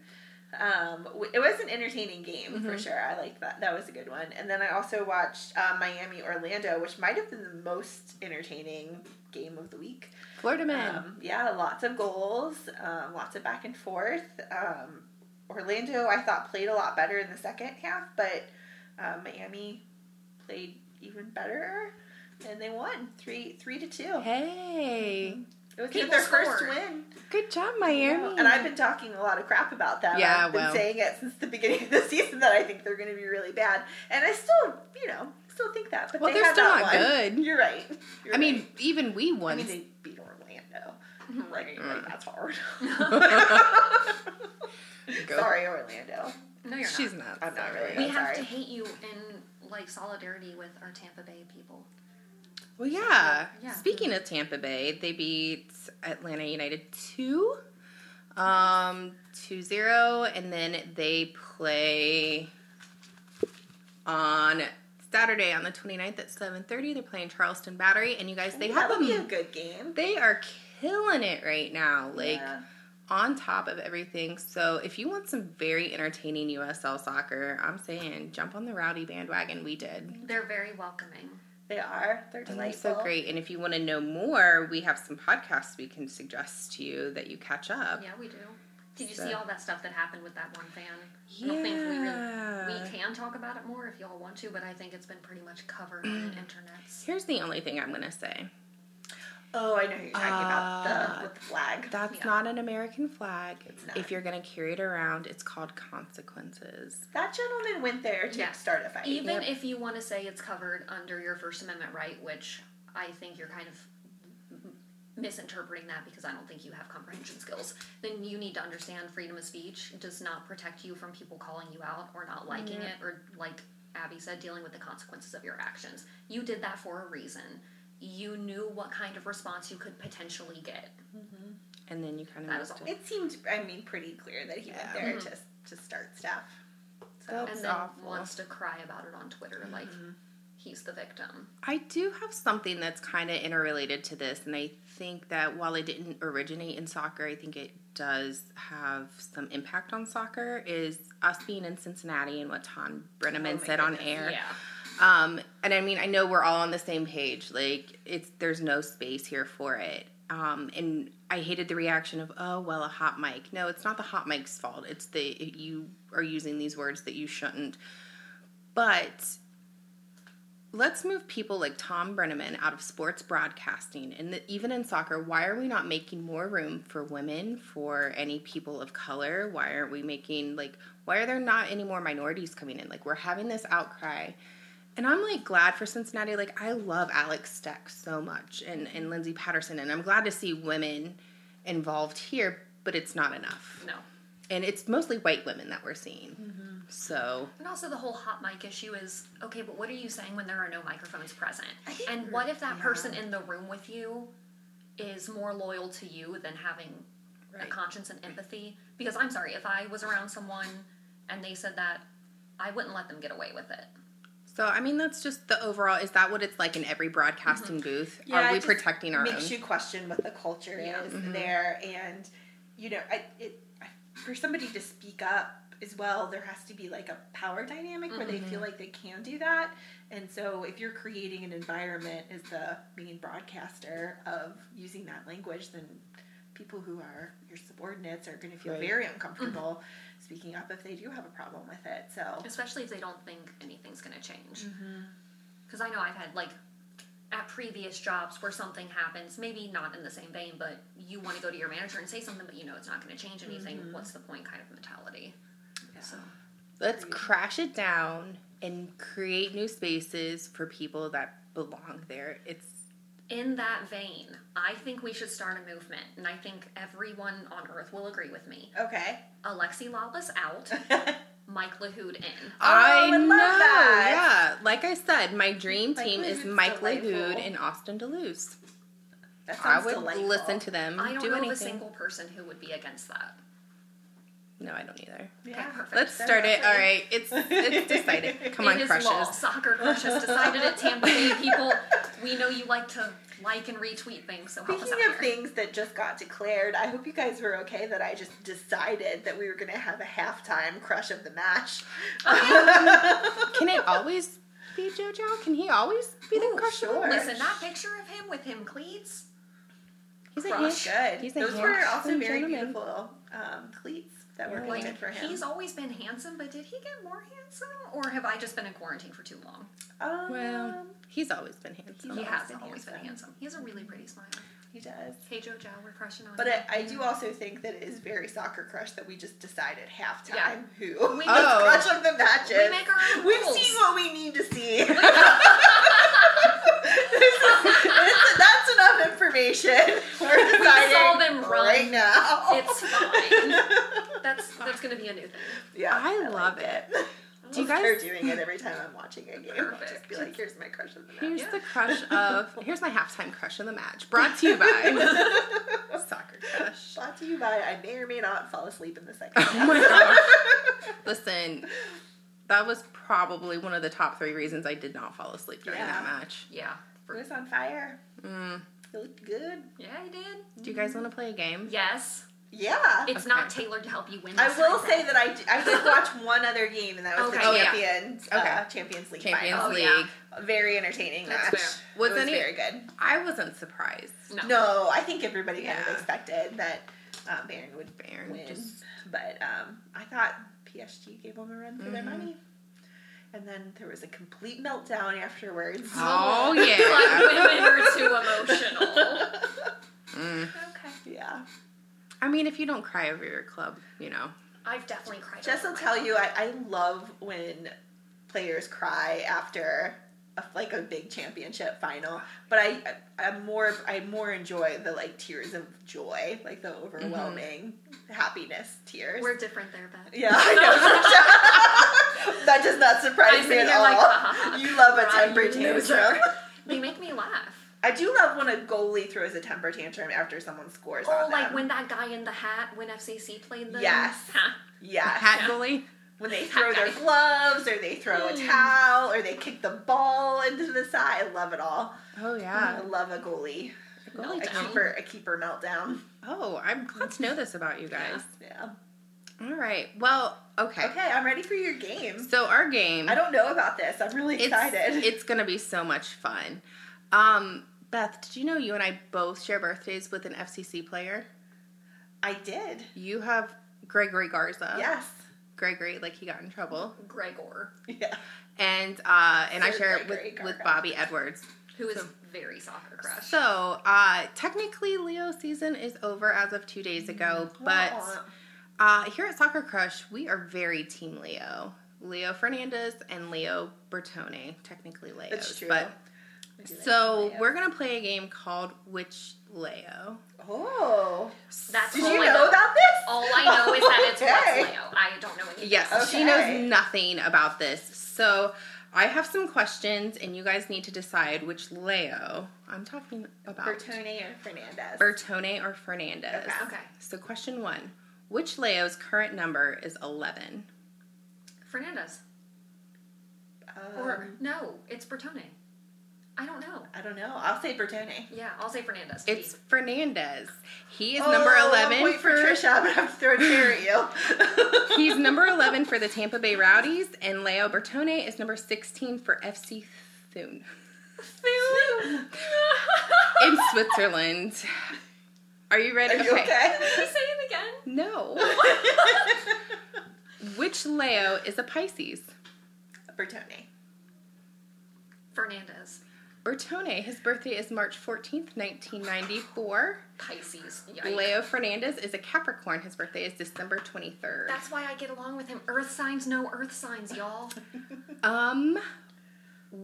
Speaker 2: Um, w- it was an entertaining game for sure. I liked that. That was a good one. And then I also watched uh, Miami Orlando, which might have been the most entertaining game of the week.
Speaker 3: Florida man.
Speaker 2: Um, yeah, lots of goals, um, lots of back and forth. Um, Orlando, I thought, played a lot better in the second half, but uh, Miami played even better, and they won three three to two.
Speaker 3: hey,
Speaker 2: It was
Speaker 1: People
Speaker 2: their first
Speaker 1: scored.
Speaker 2: win,
Speaker 3: good job, Miami.
Speaker 2: Mm-hmm. and I've been talking a lot of crap about them.
Speaker 3: Yeah,
Speaker 2: I've been
Speaker 3: well.
Speaker 2: saying it since the beginning of the <laughs> season that I think they're going to be really bad, and I still, you know, still think that. But
Speaker 3: Well,
Speaker 2: they
Speaker 3: they're
Speaker 2: had
Speaker 3: still
Speaker 2: that
Speaker 3: not
Speaker 2: one.
Speaker 3: good.
Speaker 2: You're right. You're
Speaker 3: I mean,
Speaker 2: right.
Speaker 3: even we
Speaker 2: I
Speaker 3: won.
Speaker 2: mean, they
Speaker 3: Mm-hmm.
Speaker 1: Mm.
Speaker 2: beat
Speaker 3: <laughs>
Speaker 2: Orlando. Like, like that's hard.
Speaker 3: Go.
Speaker 2: Sorry, Orlando.
Speaker 1: No, you're
Speaker 3: She's
Speaker 1: not.
Speaker 3: not.
Speaker 2: I'm not
Speaker 3: sorry.
Speaker 2: really.
Speaker 1: We
Speaker 2: I'm
Speaker 1: have to
Speaker 2: sorry.
Speaker 1: hate you in like solidarity with our Tampa Bay people.
Speaker 3: Well, yeah.
Speaker 1: Yeah.
Speaker 3: Speaking of Tampa Bay, they beat Atlanta United 2 um 2-0 and then they play on Saturday on the 29th at 7:30. They're playing Charleston Battery and you guys they
Speaker 2: that
Speaker 3: have
Speaker 2: would be a
Speaker 3: them
Speaker 2: good game.
Speaker 3: they are killing it right now. Like
Speaker 2: Yeah.
Speaker 3: on top of everything. So if you want some very entertaining USL soccer, I'm saying jump on the rowdy bandwagon we did.
Speaker 1: They're very welcoming.
Speaker 2: They are. They're
Speaker 3: And they're
Speaker 2: delightful.
Speaker 3: so great. And if you want to know more, we have some podcasts we can suggest to you that you catch up.
Speaker 1: Yeah, we do. Did you
Speaker 3: So-
Speaker 1: see all that stuff that happened with that one fan? I don't think we really
Speaker 3: Yeah.
Speaker 1: we can talk about it more if y'all want to, but I think it's been pretty much covered on the
Speaker 2: <clears throat>
Speaker 1: internets.
Speaker 3: Here's the only thing I'm going to say
Speaker 2: Oh, I know who you're talking about.
Speaker 3: Uh,
Speaker 2: The with the flag.
Speaker 3: that's
Speaker 1: Yeah.
Speaker 3: not an American flag.
Speaker 2: not.
Speaker 3: If you're going to carry it around, it's called consequences.
Speaker 2: That gentleman went there to
Speaker 1: Yeah.
Speaker 2: start a fight.
Speaker 1: Even
Speaker 3: Yep.
Speaker 1: if you want to say it's covered under your First Amendment right, which I think you're kind of misinterpreting that because I don't think you have comprehension skills, then you need to understand freedom of speech does not protect you from people calling you out or not liking it or, like Abby said, dealing with the consequences of your actions. You did that for a reason. You knew what kind of response you could potentially get.
Speaker 3: And then you kind of
Speaker 1: That is
Speaker 3: missed
Speaker 1: all.
Speaker 3: it.
Speaker 2: It seemed, I mean, pretty clear that he
Speaker 3: Yeah. Mm-hmm.
Speaker 2: went there to to start stuff. So
Speaker 1: and
Speaker 3: That's
Speaker 1: then
Speaker 3: awful. Mm-hmm.
Speaker 1: wants to cry about it on Twitter like he's the victim.
Speaker 3: I do have something that's kind of interrelated to this, and I think that while it didn't originate in soccer, I think it does have some impact on soccer. Is us being in Cincinnati and what Tom Brenneman
Speaker 2: Oh my
Speaker 3: said on
Speaker 2: goodness,
Speaker 3: air. Um, and I mean, I know we're all on the same page. Like, it's there's no space here for it. Um, and I hated the reaction of, oh, well, a hot mic. No, it's not the hot mic's fault. It's the you are using these words that you shouldn't. But let's move people like Tom Brenneman out of sports broadcasting and the, even in soccer. Why are we not making more room for women, for any people of color? Why aren't we making like why are there not any more minorities coming in? Like we're having this outcry. And I'm like glad for Cincinnati. Like I love Alex Steck so much and, and Lindsey Patterson and I'm glad to see women involved here, but it's not enough.
Speaker 1: No.
Speaker 3: And it's mostly white women that we're seeing. So
Speaker 1: And also the whole hot mic issue is okay, but what are you saying when there are no microphones present?
Speaker 2: think
Speaker 1: And
Speaker 2: we're-
Speaker 1: what if that person in the room with you is more loyal to you than having a
Speaker 2: Right.
Speaker 1: conscience and empathy? Because I'm sorry, if I was around someone and they said that, I wouldn't let them get away with it.
Speaker 3: so I mean that's just the overall is that what it's like in every broadcasting booth?
Speaker 2: Mm-hmm. Yeah,
Speaker 3: are
Speaker 2: it
Speaker 3: we
Speaker 2: just
Speaker 3: protecting our own?
Speaker 2: makes you question what the culture
Speaker 1: Yeah.
Speaker 2: is
Speaker 3: mm-hmm.
Speaker 2: there, and you know, I, it, I, for somebody to speak up as well, there has to be like a power dynamic where they
Speaker 3: Mm-hmm.
Speaker 2: feel like they can do that. And so, if you're creating an environment as the main broadcaster of using that language, then people who are your subordinates are going to feel
Speaker 3: Right. <clears throat>
Speaker 2: very uncomfortable speaking up if they do have a problem with it. So,
Speaker 1: especially if they don't think anything's going to change.
Speaker 3: Mm-hmm.
Speaker 1: Because I know I've had like at previous jobs where something happens, maybe not in the same vein, but you want to go to your manager and say something, but you know it's not going to change anything.
Speaker 3: Mm-hmm.
Speaker 1: What's the point? Kind of mentality. So
Speaker 3: Let's crash it down and create new spaces for people that belong there. It's
Speaker 1: in that vein, I think we should start a movement, and I think everyone on Earth will agree with me.
Speaker 2: okay. <laughs>
Speaker 1: Alexi Lawless
Speaker 3: <laughs>
Speaker 1: out, Mike LaHood in.
Speaker 3: I,
Speaker 2: Oh, I would
Speaker 3: know.
Speaker 2: love that.
Speaker 3: Yeah, like I said, my dream
Speaker 2: Mike
Speaker 3: team is
Speaker 2: LaHood's
Speaker 3: Mike
Speaker 2: delightful.
Speaker 3: LaHood and Austin Deleuze.
Speaker 2: That
Speaker 3: I
Speaker 2: sounds
Speaker 3: would
Speaker 2: delightful.
Speaker 3: listen to them
Speaker 1: I don't
Speaker 3: do
Speaker 1: know
Speaker 3: anything.
Speaker 1: of a single person who would be against that.
Speaker 3: no, I don't either.
Speaker 2: Yeah.
Speaker 1: Okay, perfect.
Speaker 3: Let's
Speaker 2: They're
Speaker 3: start it.
Speaker 2: lovely.
Speaker 3: All right, it's
Speaker 2: <laughs>
Speaker 3: it's decided. Come on,
Speaker 1: It is
Speaker 3: crushes.
Speaker 1: law. Soccer crushes decided at Tampa Bay people. We know you like to like and retweet things, so help us out
Speaker 2: Speaking of
Speaker 1: here.
Speaker 2: things that just got declared, I hope you guys were okay that I just decided that we were going to have a halftime crush of the match.
Speaker 3: Can it always be JoJo? Can he always be the
Speaker 2: Ooh,
Speaker 3: crush? of the
Speaker 2: sure.
Speaker 3: week?
Speaker 1: Listen, that picture of him with him cleats.
Speaker 3: He's a
Speaker 1: crush.
Speaker 3: hand-
Speaker 2: Good.
Speaker 3: He's a
Speaker 2: Those
Speaker 3: handsome
Speaker 2: were also very
Speaker 3: gentleman.
Speaker 2: beautiful um, cleats that were
Speaker 1: Like
Speaker 2: painted for him.
Speaker 1: he's always been handsome, but did he get more handsome, or have I just been in quarantine for too long?
Speaker 2: um,
Speaker 3: Well, he's always been
Speaker 1: he
Speaker 3: handsome.
Speaker 2: always
Speaker 1: has
Speaker 2: been
Speaker 1: always been
Speaker 2: handsome.
Speaker 1: handsome. He has a really pretty smile.
Speaker 2: he does.
Speaker 1: Hey JoJo, we're crushing on
Speaker 2: But
Speaker 1: you.
Speaker 2: I, I do also think that it is very soccer crush that we just decide at halftime
Speaker 1: Yeah.
Speaker 2: who
Speaker 1: We-
Speaker 2: the
Speaker 3: Oh.
Speaker 2: crush of the match is.
Speaker 1: We make our own
Speaker 2: We've
Speaker 1: rules.
Speaker 2: seen what we need to
Speaker 1: <laughs>
Speaker 2: see. This is- this- that's enough
Speaker 1: <laughs>
Speaker 2: information. We're deciding
Speaker 1: saw them run.
Speaker 2: right now.
Speaker 1: It's fine. That's the That's going to be a new thing.
Speaker 2: <laughs> Yeah,
Speaker 3: I
Speaker 2: <laughs>
Speaker 3: love
Speaker 2: like
Speaker 3: it.
Speaker 1: I
Speaker 3: Do you
Speaker 1: love
Speaker 3: guys-
Speaker 2: They're doing it every time I'm watching a game. I'll just
Speaker 1: Perfect.
Speaker 2: be like, here's my crush of the night.
Speaker 3: Here's
Speaker 1: Yeah.
Speaker 2: <laughs>
Speaker 3: the crush of. Here's my halftime crush of the match. Brought to you by
Speaker 2: <laughs>
Speaker 3: Soccer Crush.
Speaker 2: Brought to you by I may or may not fall asleep in the second half.
Speaker 3: Oh my gosh. Listen, that was probably one of the top three reasons I did not fall asleep during
Speaker 2: Yeah.
Speaker 3: that match.
Speaker 1: Yeah.
Speaker 2: <laughs> It was on fire.
Speaker 3: Mm.
Speaker 2: It looked good.
Speaker 1: Yeah, I did.
Speaker 3: Do you guys want to play a game?
Speaker 1: Yes.
Speaker 2: Yeah.
Speaker 1: It's
Speaker 3: Okay.
Speaker 1: not tailored to help you win.
Speaker 2: I
Speaker 1: this
Speaker 2: will
Speaker 1: time.
Speaker 2: say that I, d- I did watch one other game, and that was
Speaker 1: Okay. Oh,
Speaker 2: the
Speaker 3: yeah.
Speaker 2: Champions, uh,
Speaker 3: Okay.
Speaker 2: Champions League
Speaker 3: Champions
Speaker 2: final.
Speaker 1: Oh,
Speaker 3: League.
Speaker 1: yeah.
Speaker 2: Very entertaining
Speaker 1: That's
Speaker 2: match.
Speaker 1: fair.
Speaker 3: Was
Speaker 2: it was
Speaker 3: any-
Speaker 2: very good.
Speaker 3: I wasn't surprised.
Speaker 1: No.
Speaker 2: No, I think everybody kind
Speaker 3: Yeah.
Speaker 2: of expected that um, Bayern would
Speaker 3: Bayern
Speaker 2: win,
Speaker 3: just-
Speaker 2: but um, I thought PSG gave them a run for their
Speaker 3: Mm-hmm.
Speaker 2: money, and then there was a complete meltdown afterwards.
Speaker 3: Oh
Speaker 1: Like
Speaker 3: yeah.
Speaker 1: women are too emotional.
Speaker 3: Mm.
Speaker 1: Okay.
Speaker 2: yeah,
Speaker 3: I mean, if you don't cry over your club,
Speaker 2: <laughs>
Speaker 3: you know.
Speaker 1: I've definitely cried.
Speaker 2: Jess
Speaker 1: over
Speaker 2: will
Speaker 1: my
Speaker 2: tell
Speaker 1: mom.
Speaker 2: you I, I love when players cry after a, like a big championship final, but I I'm more I more enjoy the like tears of joy, like the overwhelming happiness tears.
Speaker 1: Mm-hmm. We're different there, Beth.
Speaker 2: Yeah, I know. <laughs> that does not surprise
Speaker 1: I'm
Speaker 2: me
Speaker 1: sitting
Speaker 2: at
Speaker 1: here
Speaker 2: all.
Speaker 1: like, "Haha,
Speaker 2: you love a
Speaker 1: cry,
Speaker 2: temper
Speaker 1: you
Speaker 2: tantrum. <laughs>
Speaker 1: They make me laugh.
Speaker 2: I do love when a goalie throws a temper tantrum after someone scores
Speaker 1: Oh,
Speaker 2: on
Speaker 1: like
Speaker 2: them.
Speaker 1: when that guy in the hat when FCC played them.
Speaker 2: Yes.
Speaker 1: Huh.
Speaker 2: yes,
Speaker 3: Hat goalie.
Speaker 2: when they throw their
Speaker 1: guy.
Speaker 2: gloves or they throw a towel or they kick the ball into the side. I love it all.
Speaker 3: Oh yeah.
Speaker 2: I love a goalie.
Speaker 1: Really
Speaker 2: A
Speaker 1: down.
Speaker 2: keeper, a keeper meltdown.
Speaker 3: Oh, I'm glad to know this about you guys.
Speaker 2: Yeah.
Speaker 3: All right. Well, okay.
Speaker 2: Okay, I'm ready for your game.
Speaker 3: So our game.
Speaker 2: I don't know about this. I'm really excited. <laughs>
Speaker 3: It's, it's gonna be so much fun. Um, Beth, did you know you and I both share birthdays with an FCC player?
Speaker 2: I did.
Speaker 3: You have Gregory Garza.
Speaker 2: Yes.
Speaker 3: Gregory, like he got in trouble,
Speaker 1: Gregor,
Speaker 2: Yeah.
Speaker 3: and uh, and I
Speaker 2: Sir
Speaker 3: share it
Speaker 2: Gregory
Speaker 3: with, with
Speaker 2: Garza.
Speaker 3: Bobby Edwards.
Speaker 1: who is
Speaker 3: So-
Speaker 1: very soccer crush.
Speaker 3: So uh, technically, Leo season is over as of two days ago,
Speaker 2: Mm-hmm.
Speaker 3: but. Uh, here at Soccer Crush, we are very Team Leo. Leo Fernandez and Leo Bertone, technically Leos.
Speaker 2: That's true.
Speaker 3: But
Speaker 2: I do like
Speaker 3: so
Speaker 2: Leo.
Speaker 3: we're gonna play a game called Which Leo.
Speaker 2: Oh.
Speaker 1: That's
Speaker 2: Did
Speaker 1: all
Speaker 2: you
Speaker 1: I
Speaker 2: know about this?
Speaker 1: All I know is that it's
Speaker 2: <laughs> Okay.
Speaker 1: West Leo. I don't know anything.
Speaker 3: Yes, she
Speaker 2: Okay.
Speaker 3: knows nothing about this. So I have some questions, and you guys need to decide which Leo I'm talking about.
Speaker 2: Bertone or Fernandez.
Speaker 3: Bertone or Fernandez.
Speaker 2: Okay.
Speaker 1: Okay.
Speaker 3: So question one: Which Leo's current number is eleven?
Speaker 1: Fernandez.
Speaker 2: Um,
Speaker 1: Or no, it's Bertone. I don't know.
Speaker 2: I don't know. I'll say Bertone.
Speaker 1: Yeah, I'll say Fernandez.
Speaker 3: It's Fernandez. He is
Speaker 2: Oh,
Speaker 3: number
Speaker 2: one
Speaker 3: eleven
Speaker 2: point for Trisha. I'm gonna have to throw a chair at you.
Speaker 3: <laughs> He's number 11 for the Tampa Bay Rowdies, and Leo Bertone is number 16 for FC Thun
Speaker 1: <laughs>
Speaker 3: in Switzerland. Are you ready?
Speaker 2: Are you okay?
Speaker 1: Did he say it again?
Speaker 2: <laughs>
Speaker 3: No. Which Leo is a Pisces?
Speaker 2: Bertone.
Speaker 1: Fernandez.
Speaker 3: Bertone, his birthday is March 14th, 1994.
Speaker 1: Pisces. Yikes.
Speaker 3: Leo Fernandez is a Capricorn. His birthday is December 23rd.
Speaker 1: That's why I get along with him. Earth signs, no earth signs, y'all.
Speaker 3: Um,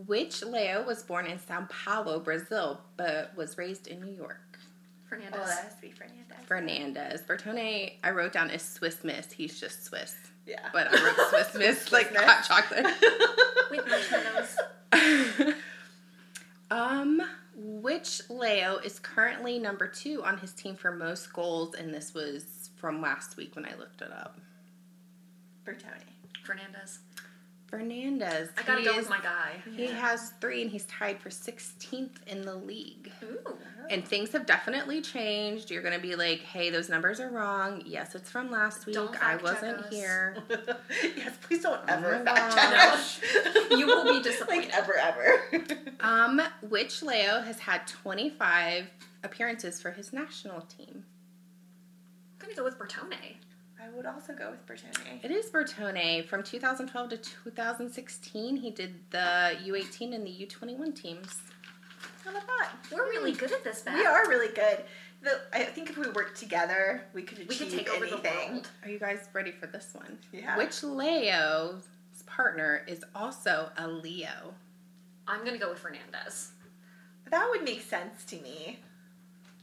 Speaker 3: which Leo was born in Sao Paulo, Brazil, but was raised in New York?
Speaker 1: Fernandez.
Speaker 2: has to be Fernandez.
Speaker 3: Fernandez. Bertone, I wrote down is Swiss Miss. He's just Swiss.
Speaker 2: Yeah.
Speaker 3: But I wrote Swiss
Speaker 2: <laughs>
Speaker 3: Miss
Speaker 2: Like
Speaker 3: like
Speaker 2: that.
Speaker 3: hot chocolate.
Speaker 1: With marshmallows.
Speaker 3: um, which Leo is currently number two on his team for most goals? And this was from last week when I looked it up.
Speaker 2: Bertone.
Speaker 1: Fernandez.
Speaker 3: Fernandez.
Speaker 1: I gotta
Speaker 3: he
Speaker 1: go
Speaker 3: is-
Speaker 1: with my guy.
Speaker 3: He has three, and he's tied for 16th in the league.
Speaker 1: Ooh.
Speaker 3: And things have definitely changed. You're gonna be like, "Hey, those numbers are wrong. Yes, it's from last week.
Speaker 1: Don't
Speaker 3: I
Speaker 1: fact check
Speaker 3: wasn't
Speaker 1: us.
Speaker 3: here."
Speaker 2: <laughs> yes, please don't ever
Speaker 3: my
Speaker 2: fact check us. <laughs>
Speaker 1: You will be disappointed.
Speaker 2: like ever, ever. <laughs>
Speaker 3: Um, which Leo has had 25 appearances for his national team?
Speaker 1: I'm gonna go with Bertone.
Speaker 2: I would also go with Bertone.
Speaker 3: It is Bertone. From 2012 to 2016, he did the U18 and the U21 teams.
Speaker 2: How about that?
Speaker 1: We're really good at this, Beth.
Speaker 2: Mm. We are really good. The, I think if we worked together, we could achieve
Speaker 1: We could take over
Speaker 2: anything.
Speaker 1: the world.
Speaker 3: Are you guys ready for this one?
Speaker 2: Yeah.
Speaker 3: Which Leo's partner is also a Leo?
Speaker 1: I'm gonna go with Fernandez.
Speaker 2: That would make sense to me.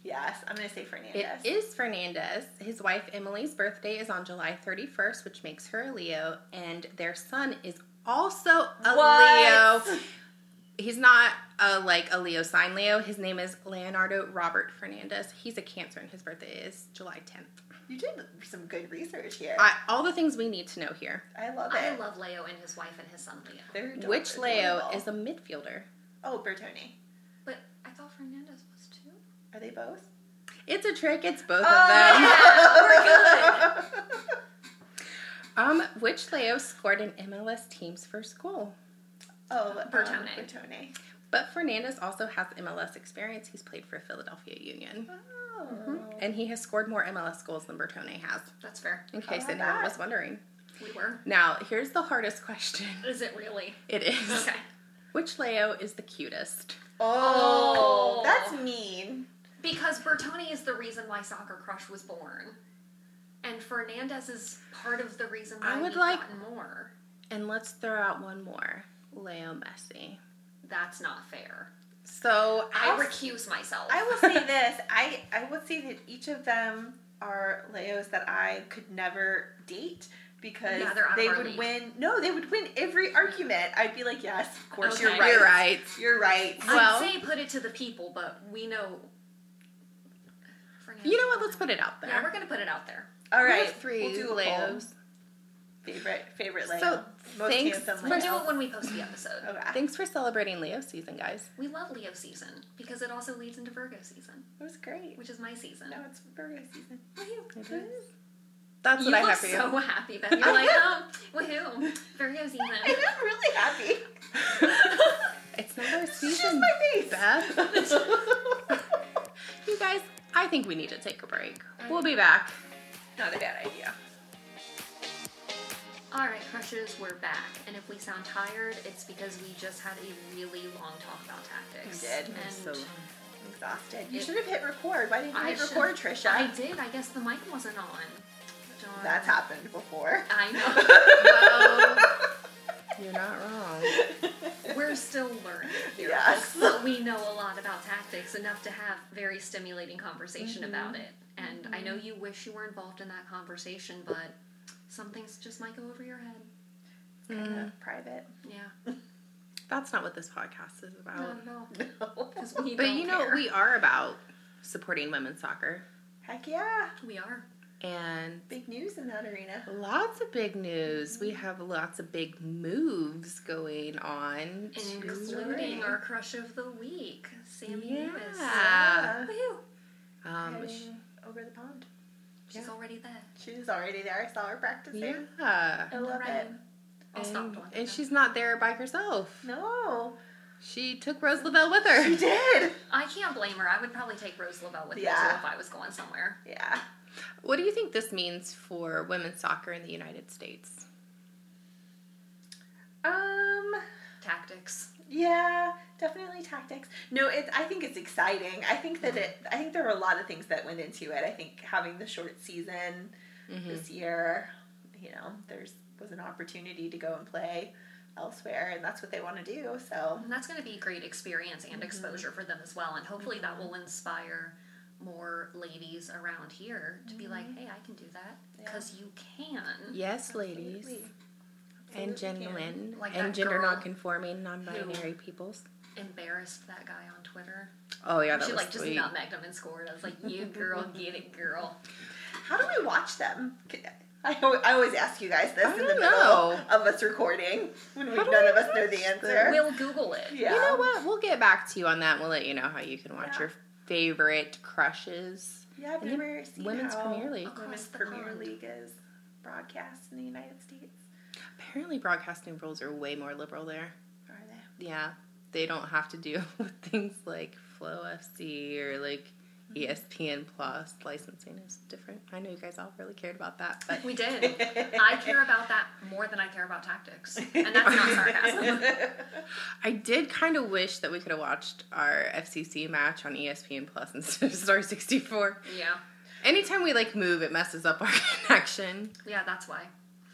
Speaker 2: Yeah. guess. I'm going to say
Speaker 3: It
Speaker 2: Fernandez.
Speaker 3: is Fernandez. His wife Emily's birthday is on July 31st, which makes her a Leo, and their son is also
Speaker 2: Uh,
Speaker 3: a
Speaker 2: What?
Speaker 3: Leo. He's not a like a Leo sign Leo. His name is Leonardo Robert Fernandez. He's a Cancer, and his birthday is July 10th.
Speaker 2: <laughs> You did some good research here. I,
Speaker 3: I, all the things we need to know here.
Speaker 2: love it.
Speaker 1: I love Leo and his wife and his son Leo.
Speaker 2: They're ador-
Speaker 3: Which Leo
Speaker 2: adorable.
Speaker 3: is a midfielder?
Speaker 2: Oh, Bertoni.
Speaker 1: But I thought Fernandez was too.
Speaker 2: Are they both?
Speaker 3: It's a trick. It's both of them.
Speaker 2: Oh,
Speaker 1: Yeah,
Speaker 3: <laughs> Um, which Leo scored in MLS team's first goal?
Speaker 2: Oh, Bertone. Um,
Speaker 1: Bertone.
Speaker 2: Bertone.
Speaker 3: But Fernandez also has MLS experience. He's played for Philadelphia Union.
Speaker 2: Oh.
Speaker 3: And he has scored more MLS goals than Bertone has,
Speaker 1: That's fair.
Speaker 3: in case
Speaker 2: about
Speaker 3: anyone
Speaker 2: that?
Speaker 3: was wondering.
Speaker 1: We were.
Speaker 3: Now, here's the hardest question. <laughs>
Speaker 1: Is it
Speaker 2: <laughs>
Speaker 1: really?
Speaker 3: It is
Speaker 1: Okay.
Speaker 3: Which Leo is the cutest?
Speaker 1: Oh.
Speaker 2: Oh, that's mean.
Speaker 1: Because Bertoni is the reason why Soccer Crush was born. And Fernandez is part of the reason why
Speaker 3: I would
Speaker 1: we've
Speaker 3: like-
Speaker 1: gotten more.
Speaker 3: And let's throw out one more Leo Messi.
Speaker 1: That's not fair.
Speaker 3: So,
Speaker 1: I
Speaker 3: I'll-
Speaker 1: recuse myself.
Speaker 2: I will say this. I I would say that each of them are Leos that I could never date because
Speaker 1: Yeah, they're out of
Speaker 2: they
Speaker 1: our
Speaker 2: would
Speaker 1: league.
Speaker 2: win. No, of would win every argument. I'd be like, yes, of course, you're
Speaker 1: Okay.
Speaker 2: right.
Speaker 3: you're right.
Speaker 2: You're right.
Speaker 3: well-
Speaker 1: I'd say put it to the people, but we know. Fernandez
Speaker 3: You know what? Let's put it out there.
Speaker 1: Yeah, we're gonna put it out there.
Speaker 2: All
Speaker 3: We have
Speaker 2: right,
Speaker 3: three
Speaker 2: we'll do a poll.
Speaker 3: Leos.
Speaker 2: Favorite favorite Leo.
Speaker 3: So,
Speaker 2: Most
Speaker 3: thanks
Speaker 2: handsome
Speaker 1: We'll
Speaker 2: Leo. Oh, ah.
Speaker 1: do it when we post the episode.
Speaker 2: Okay.
Speaker 3: Thanks for celebrating Leo season, guys.
Speaker 1: We love Leo season because it also leads into Virgo season,
Speaker 2: It was great.
Speaker 1: which is my season.
Speaker 2: No,
Speaker 1: <laughs>
Speaker 2: it's Virgo season.
Speaker 3: It is. That's
Speaker 1: You
Speaker 3: what I
Speaker 1: look
Speaker 3: have for you.
Speaker 1: so happy
Speaker 3: <laughs>
Speaker 1: that you're like, oh, woohoo, Virgo
Speaker 2: I'm
Speaker 1: season.
Speaker 2: really <laughs> happy.
Speaker 3: it's not our
Speaker 2: It's
Speaker 3: season.
Speaker 2: just my
Speaker 3: Beth.
Speaker 2: face.
Speaker 3: <laughs> You guys, I think we need to take a break. We'll be back.
Speaker 2: <laughs> Not a bad idea.
Speaker 1: All right, crushes, we're back, and if we sound tired, it's because we just had a really long talk about tactics.
Speaker 2: We did.
Speaker 1: and
Speaker 2: I'm exhausted. You
Speaker 1: It-
Speaker 2: should have hit record. Why didn't you
Speaker 1: I
Speaker 2: hit record,
Speaker 1: should-
Speaker 2: Trisha?
Speaker 1: I did. I guess the mic wasn't on. Darn.
Speaker 2: That's happened before.
Speaker 1: I know.
Speaker 3: Well, you're not wrong.
Speaker 1: We're still learning here.
Speaker 2: <laughs> Yes.
Speaker 1: But we know a lot about tactics, enough to have very stimulating conversation
Speaker 2: Mm-hmm.
Speaker 1: about it. And I know you wish you were involved in that conversation, but some things just might go over your head.
Speaker 2: Kinda private.
Speaker 1: Yeah.
Speaker 3: That's not what this podcast is
Speaker 2: Oh.
Speaker 3: about.
Speaker 1: Not at
Speaker 2: <laughs>
Speaker 1: all.
Speaker 2: No.
Speaker 1: 'Cause we
Speaker 3: but
Speaker 1: don't
Speaker 3: you know,
Speaker 1: care.
Speaker 3: we are about supporting women's soccer
Speaker 2: Heck yeah.
Speaker 1: we are.
Speaker 3: and
Speaker 2: Big news in that arena.
Speaker 3: lots of big news. We have lots of big moves going on.
Speaker 1: Including our crush of the week, Sammy Davis.
Speaker 3: Yeah.
Speaker 1: Woohoo.
Speaker 3: Um,
Speaker 2: Heading
Speaker 3: sh-
Speaker 2: over the pond.
Speaker 1: She's
Speaker 3: Yeah.
Speaker 1: already there.
Speaker 2: She's already there. I saw her practicing.
Speaker 3: yeah.
Speaker 2: I love
Speaker 1: Alright.
Speaker 2: it.
Speaker 1: I'll stop
Speaker 3: And,
Speaker 1: talking.
Speaker 3: and she's not there by herself.
Speaker 2: No.
Speaker 3: She took Rose Lavelle with her.
Speaker 2: She <laughs> did.
Speaker 1: I can't blame her. I would probably take Rose Lavelle with me
Speaker 2: Yeah.
Speaker 1: too if I was going somewhere.
Speaker 2: Yeah.
Speaker 3: <laughs> What do you think this means for women's soccer in the United States?
Speaker 2: Um.
Speaker 1: Tactics.
Speaker 2: Yeah, definitely tactics. No, it, I think it's exciting. I think that it. I think there were a lot of things that went into it. I think having the short season
Speaker 3: Mm-hmm.
Speaker 2: this year, you know, there's was an opportunity to go and play elsewhere, and that's what they want to do. So
Speaker 1: And that's going to be a great experience
Speaker 3: Mm-hmm.
Speaker 1: and exposure for them as well. And hopefully that will inspire more ladies around here to be like,
Speaker 3: Mm-hmm.
Speaker 1: hey, I can do that. Because you can.
Speaker 3: Yes, ladies.
Speaker 2: Absolutely.
Speaker 3: And
Speaker 2: Absolutely can.
Speaker 3: genuine
Speaker 1: Like
Speaker 3: and
Speaker 1: that
Speaker 3: gender
Speaker 1: girl
Speaker 3: non-conforming, non-binary peoples.
Speaker 1: Embarrassed that guy on Twitter.
Speaker 3: Oh yeah, that
Speaker 1: she
Speaker 3: was
Speaker 1: like
Speaker 3: sweet.
Speaker 1: just nutmegged him and scored. I was like, you girl, get it, girl.
Speaker 2: How do we watch them? I, al- I always ask you guys this
Speaker 3: I
Speaker 2: in the
Speaker 3: don't
Speaker 2: middle
Speaker 3: know.
Speaker 2: of us recording when we,
Speaker 3: How
Speaker 2: none
Speaker 3: do
Speaker 2: of
Speaker 3: we
Speaker 2: us know
Speaker 3: watch
Speaker 2: the
Speaker 3: them?
Speaker 2: answer.
Speaker 1: We'll Google it.
Speaker 2: yeah.
Speaker 3: You know what? We'll get back to you on that. We'll let you know how you can watch
Speaker 2: Yeah.
Speaker 3: your favorite crushes.
Speaker 2: Yeah, I've
Speaker 3: And then
Speaker 2: never seen
Speaker 3: Women's
Speaker 2: how
Speaker 3: Premier League.
Speaker 1: Across
Speaker 2: Women's
Speaker 1: the
Speaker 2: Premier
Speaker 1: pond.
Speaker 2: League is broadcast in the United States.
Speaker 3: Apparently, broadcasting rules are way more liberal there.
Speaker 2: Are they?
Speaker 1: Uh,
Speaker 3: Yeah, they don't have to deal with <laughs> things like Flow FC or like
Speaker 1: Mm-hmm.
Speaker 3: E ESPN Plus. Licensing is different. I know you guys all really cared about that, but
Speaker 1: We did. I care about that more than I care about tactics. And that's not sarcasm.
Speaker 3: I did kind of wish that we could have watched our FCC match on E ESPN Plus <laughs> instead of Star 64.
Speaker 1: yeah.
Speaker 3: Anytime we like move, it messes up our <laughs> connection.
Speaker 1: Yeah, that's why.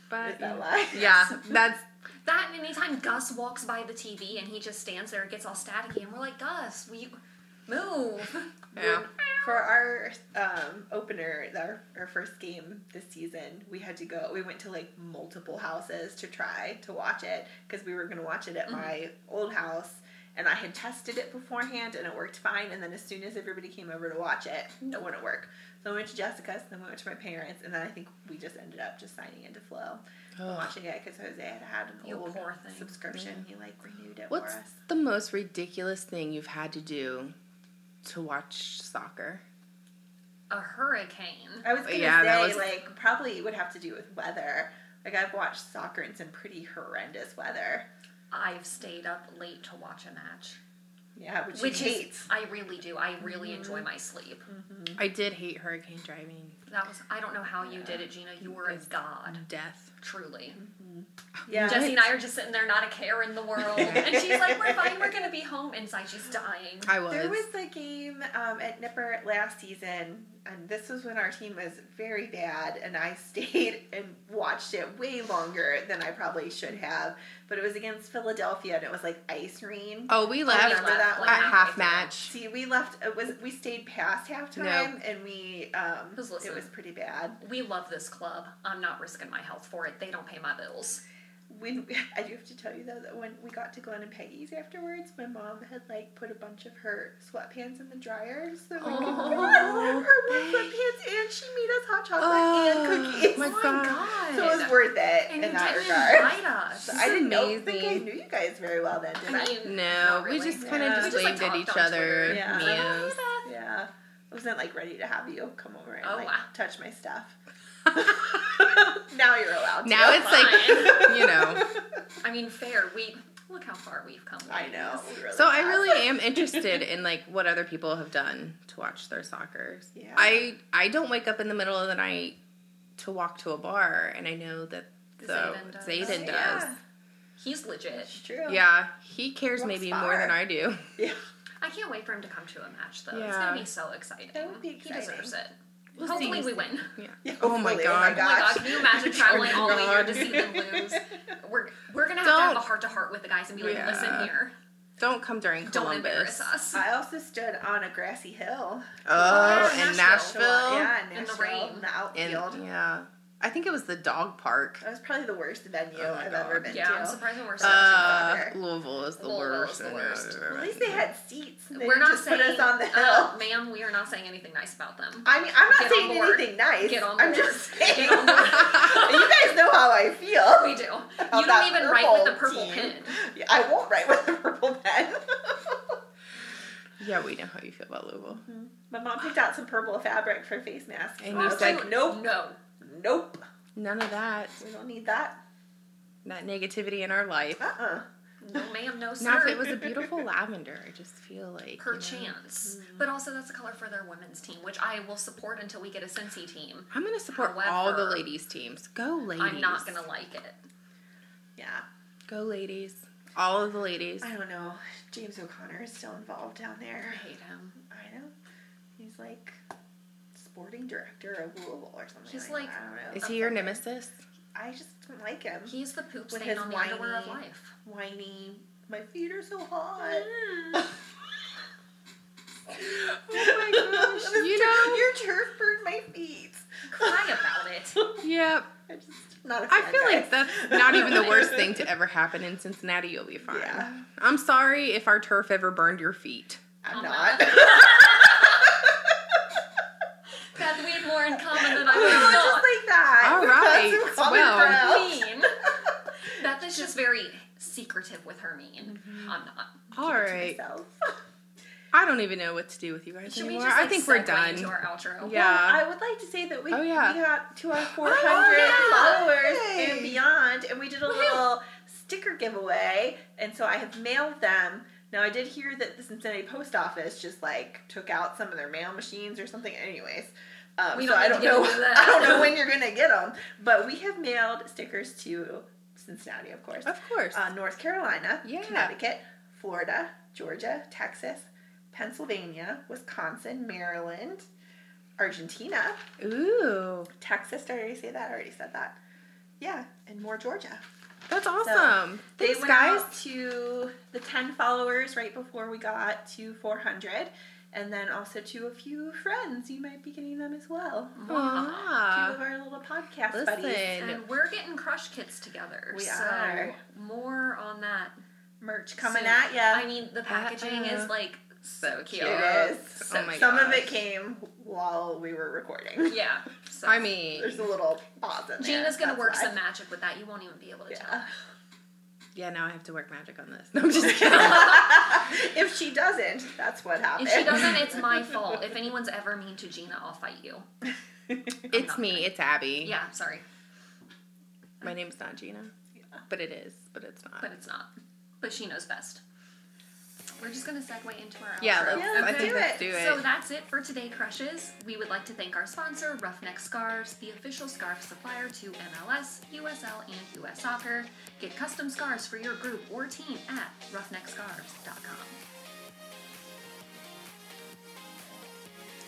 Speaker 3: But
Speaker 2: Is that why?
Speaker 3: yeah, that's
Speaker 1: That and anytime Gus walks by the TV and he just stands there, it gets all staticky, and we're like, Gus, we move.
Speaker 3: yeah.
Speaker 2: For our um, opener, our, our first game this season, we had to go. We went to like multiple houses to try to watch it because we were going to watch it at my old house, and I had tested it beforehand and it worked fine. And then as soon as everybody came over to watch it, it wouldn't work. So I went to Jessica's, then we went to my parents, and then I think we just ended up just signing into Flow and
Speaker 3: Ugh.
Speaker 2: watching it because Jose had had an
Speaker 1: You
Speaker 2: old
Speaker 1: poor thing.
Speaker 2: subscription. He like renewed it
Speaker 3: What's
Speaker 2: for us.
Speaker 3: the most ridiculous thing you've had to do to watch soccer?
Speaker 1: A hurricane.
Speaker 2: I was gonna
Speaker 3: Yeah, that
Speaker 2: say
Speaker 3: was-
Speaker 2: like probably it would have to do with weather. Like I've watched soccer in some pretty horrendous weather.
Speaker 1: I've stayed up late to watch a match,
Speaker 2: Yeah, which,
Speaker 1: which
Speaker 2: you hate.
Speaker 1: is I really do. I really enjoy my sleep. Mm-hmm.
Speaker 3: I did hate hurricane driving.
Speaker 1: That was I don't know how you did it, Gina. You were a god,
Speaker 3: Death.
Speaker 1: truly.
Speaker 2: yeah,
Speaker 1: Jesse and I are just sitting there, not a care in the world, and she's like, "We're fine. We're gonna be home." Inside, she's dying.
Speaker 3: I was.
Speaker 2: there was a game um, at Nipper last season, and this was when our team was very bad, and I <laughs> stayed and watched it way longer than I probably should have. But it was against Philadelphia, and it was like ice rain.
Speaker 3: oh, we left
Speaker 2: remember that
Speaker 3: at
Speaker 2: one.
Speaker 3: half
Speaker 1: halfway
Speaker 3: match.
Speaker 2: See, we left. It was we stayed past halftime,
Speaker 3: No.
Speaker 2: and we um,
Speaker 1: Because listen.
Speaker 2: it was pretty bad.
Speaker 1: through. We love this club. I'm not risking my health for it. They don't pay my bills.
Speaker 2: When <laughs> I do have to tell you though that when we got to Glenn and Peggy's afterwards, my mom had like put a bunch of her sweatpants in the dryer so we could
Speaker 1: Oh,
Speaker 2: <laughs> her work sweatpants, and she made us hot chocolate and cookies. <laughs>
Speaker 3: my
Speaker 1: Oh my
Speaker 3: god.
Speaker 1: god!
Speaker 2: so it was worth it
Speaker 1: and you
Speaker 2: in that
Speaker 1: didn't
Speaker 2: regard.
Speaker 1: invite us.
Speaker 2: So <laughs> I didn't know,
Speaker 3: Amazing.
Speaker 2: think I knew you guys very well then, did I?
Speaker 1: I mean,
Speaker 3: No,
Speaker 1: not
Speaker 3: we
Speaker 1: really.
Speaker 3: just kind of
Speaker 2: Yeah.
Speaker 3: just
Speaker 1: We
Speaker 3: waved
Speaker 1: just, like,
Speaker 3: at each
Speaker 1: talked on
Speaker 3: other.
Speaker 1: Twitter. <laughs>
Speaker 2: Yeah.
Speaker 3: Meows.
Speaker 2: yeah, I wasn't like ready to have you come over and
Speaker 1: Oh,
Speaker 2: like
Speaker 1: wow.
Speaker 2: touch my
Speaker 3: <laughs>
Speaker 2: stuff. <laughs> now you're allowed. To.
Speaker 3: Now it's like,
Speaker 1: Fine.
Speaker 3: you know.
Speaker 1: I mean, fair. We look how far we've come.
Speaker 2: <laughs> I know. we really
Speaker 3: <laughs> So I
Speaker 2: have.
Speaker 1: <laughs>
Speaker 3: really am interested in like what other people have done to watch their soccer.
Speaker 2: Yeah.
Speaker 3: I I don't wake up in the middle of the night to walk to a bar, and I know that the
Speaker 1: Zayden does.
Speaker 2: <laughs>
Speaker 3: Zayden does. Yeah,
Speaker 2: Yeah,
Speaker 1: He's legit.
Speaker 2: it's true.
Speaker 3: he cares
Speaker 2: Walks
Speaker 3: maybe
Speaker 2: far.
Speaker 3: more than I do.
Speaker 2: <laughs>
Speaker 3: <laughs>
Speaker 2: Yeah.
Speaker 1: I can't wait for him to come to a match, though. It's
Speaker 3: Yeah.
Speaker 1: gonna be so exciting.
Speaker 2: That would be
Speaker 1: He deserves it.
Speaker 2: exciting.
Speaker 3: We'll
Speaker 1: Hopefully,
Speaker 3: see.
Speaker 1: we win.
Speaker 3: Yeah.
Speaker 2: Yeah,
Speaker 3: Oh my
Speaker 2: hopefully.
Speaker 3: god.
Speaker 1: Oh my
Speaker 2: Gosh.
Speaker 1: god, can you
Speaker 3: <laughs>
Speaker 1: imagine traveling all the way here to see them lose? We're we're gonna have to have a
Speaker 3: Don't.
Speaker 1: heart to heart with the guys and be like,
Speaker 3: Yeah.
Speaker 1: listen here,
Speaker 3: Don't come during
Speaker 1: don't
Speaker 3: Columbus.
Speaker 1: embarrass us.
Speaker 2: I also stood on a grassy hill.
Speaker 3: Oh,
Speaker 1: Yeah,
Speaker 3: in
Speaker 1: Nashville.
Speaker 3: Nashville.
Speaker 2: yeah, in
Speaker 1: in the
Speaker 2: Nashville,
Speaker 1: rain.
Speaker 2: in the outfield.
Speaker 3: And yeah, I think it was the dog park.
Speaker 2: that was probably the worst venue
Speaker 3: Oh my
Speaker 2: I've
Speaker 3: God.
Speaker 2: ever been
Speaker 1: Yeah,
Speaker 2: to.
Speaker 1: I'm surprised when we're such
Speaker 3: Uh,
Speaker 2: soccer.
Speaker 3: Louisville is the
Speaker 1: Louisville
Speaker 3: worst.
Speaker 1: is the worst.
Speaker 2: At least they had seats. They
Speaker 1: We're
Speaker 2: didn't
Speaker 1: not
Speaker 2: just
Speaker 1: saying,
Speaker 2: put us on the hill.
Speaker 1: uh, ma'am, we are not saying anything nice about them.
Speaker 2: I mean, I'm not
Speaker 1: Get on
Speaker 2: saying
Speaker 1: board.
Speaker 2: anything nice.
Speaker 1: Get on
Speaker 2: I'm
Speaker 1: board.
Speaker 2: just saying.
Speaker 1: Get on board.
Speaker 2: <laughs> you guys know how I feel.
Speaker 1: we do.
Speaker 2: <laughs> About
Speaker 1: You
Speaker 2: that
Speaker 1: don't even write with a
Speaker 2: purple
Speaker 1: purple
Speaker 2: team.
Speaker 1: pen.
Speaker 2: Yeah, I won't write with a purple pen. <laughs>
Speaker 3: Yeah, we know how you feel about Louisville.
Speaker 2: My mom picked out some purple fabric for face masks.
Speaker 3: And
Speaker 2: I
Speaker 3: you
Speaker 2: was
Speaker 3: said-
Speaker 2: like, nope,
Speaker 1: No.
Speaker 2: nope,
Speaker 3: None of that.
Speaker 2: we don't need that.
Speaker 3: That negativity in our life.
Speaker 2: Uh-uh.
Speaker 1: No, ma'am, no, sir.
Speaker 3: Now, if
Speaker 1: <laughs>
Speaker 3: it was a beautiful lavender, I just feel like. you know.
Speaker 1: Perchance.
Speaker 3: Mm-hmm.
Speaker 1: But also, that's a color for their women's team, which I will support until we get a Cincy team.
Speaker 3: I'm going to support all the
Speaker 1: However,
Speaker 3: ladies' teams. Go, ladies.
Speaker 1: I'm not going to like it.
Speaker 2: Yeah.
Speaker 3: Go, ladies. All of the ladies.
Speaker 2: I don't know. James O'Connor is still involved down there.
Speaker 1: I hate him.
Speaker 2: I know. He's like sporting director of Louisville or something.
Speaker 1: He's
Speaker 2: like,
Speaker 1: like-
Speaker 2: that. I don't know.
Speaker 3: Is he your nemesis?
Speaker 2: I just don't like him.
Speaker 1: He's the poop
Speaker 2: With
Speaker 1: stain
Speaker 2: his
Speaker 1: on the underwear of
Speaker 2: whiny-
Speaker 1: life.
Speaker 2: Whiny. My feet are so
Speaker 3: <laughs>
Speaker 2: hot. <laughs>
Speaker 3: Oh my gosh, you know-
Speaker 2: your turf burned my feet. <laughs>
Speaker 1: Cry about it.
Speaker 3: Yep.
Speaker 2: I'm just not a fan,
Speaker 3: I feel like
Speaker 2: guys.
Speaker 3: that's not even the worst thing to ever happen in Cincinnati. You'll be fine.
Speaker 2: Yeah.
Speaker 3: I'm sorry if our turf ever burned your feet.
Speaker 2: I'm
Speaker 1: I'm
Speaker 2: not. <laughs>
Speaker 1: Beth, we have more in common than I
Speaker 2: No,
Speaker 1: would
Speaker 2: <laughs>
Speaker 1: thought.
Speaker 2: just like that.
Speaker 3: All
Speaker 2: That's
Speaker 3: right,
Speaker 2: some common
Speaker 3: well.
Speaker 1: <laughs> mean.
Speaker 2: ground. <laughs>
Speaker 1: Beth is just very secretive with her mean.
Speaker 3: Mm-hmm.
Speaker 1: I'm not.
Speaker 3: All
Speaker 2: Keep it to
Speaker 3: right.
Speaker 2: myself.
Speaker 3: I don't even know what to do with you guys
Speaker 1: Should we
Speaker 3: anymore.
Speaker 1: just like,
Speaker 3: I think we're
Speaker 1: segue
Speaker 3: done.
Speaker 1: into our outro?
Speaker 3: Yeah.
Speaker 2: Well, I would like to say that we,
Speaker 3: Oh, yeah.
Speaker 2: we got to our 400
Speaker 1: Oh,
Speaker 2: followers
Speaker 3: Yay.
Speaker 2: and beyond, and we did a little sticker giveaway, and so I have mailed them. Now, I did hear that the Cincinnati Post Office just like took out some of their mail machines or something, anyways. Um,
Speaker 1: We
Speaker 2: so
Speaker 1: don't
Speaker 2: I
Speaker 1: need to
Speaker 2: don't know.
Speaker 1: get into that.
Speaker 2: <laughs> I don't know when you're gonna get them, but we have mailed stickers to Cincinnati, of course,
Speaker 3: Of course.
Speaker 2: uh, North Carolina,
Speaker 3: Yeah.
Speaker 2: Connecticut, Florida, Georgia, Texas, Pennsylvania, Wisconsin, Maryland, Argentina,
Speaker 3: Ooh.
Speaker 2: Texas. Did I already say that? I already said that. Yeah, and more Georgia.
Speaker 3: That's awesome.
Speaker 2: They
Speaker 3: Thanks,
Speaker 2: went
Speaker 3: guys.
Speaker 2: out to the 10 followers right before we got to 400, and then also to a few friends. You might be getting them as well.
Speaker 1: Mwah.
Speaker 2: Two of our little podcast buddies.
Speaker 3: Listen,
Speaker 1: And we're getting crush kits together.
Speaker 2: We
Speaker 1: so
Speaker 2: are.
Speaker 1: more on that.
Speaker 2: Merch coming
Speaker 1: soon.
Speaker 2: at ya.
Speaker 1: I mean, the packaging
Speaker 3: Uh-oh.
Speaker 1: is like so cute.
Speaker 3: Uh-huh. cute.
Speaker 2: It is.
Speaker 3: Oh my
Speaker 2: Some of it
Speaker 3: gosh.
Speaker 2: came while we were recording.
Speaker 1: Yeah. So
Speaker 3: I mean,
Speaker 2: There's a little pause in there.
Speaker 1: Gina's gonna
Speaker 2: That's
Speaker 1: work
Speaker 2: why.
Speaker 1: some magic with that. You won't even be able to tell.
Speaker 2: Yeah.
Speaker 3: yeah. Now I have to work magic on this. <laughs> No, I'm just
Speaker 1: <laughs>
Speaker 3: kidding.
Speaker 2: <laughs> if she doesn't, that's what happens.
Speaker 1: If she doesn't,
Speaker 2: <laughs>
Speaker 1: it's
Speaker 3: <laughs>
Speaker 1: my fault. If anyone's ever mean to Gina, I'll fight you.
Speaker 3: it's me. It's Abby.
Speaker 1: Yeah, sorry,
Speaker 3: My name's not Gina, but it is. But it's not.
Speaker 1: but it's not. But she knows best. We're just gonna segue into our
Speaker 3: yeah,
Speaker 1: outro.
Speaker 3: let's,
Speaker 2: Yeah,
Speaker 3: I
Speaker 2: let's
Speaker 3: think
Speaker 2: do
Speaker 3: let's
Speaker 2: it.
Speaker 3: do it.
Speaker 1: So that's it for today, crushes. We would like to thank our sponsor, Roughneck Scarves, the official scarf supplier to MLS, USL, and US Soccer. Get custom scarves for your group or team at roughneckscarves.com.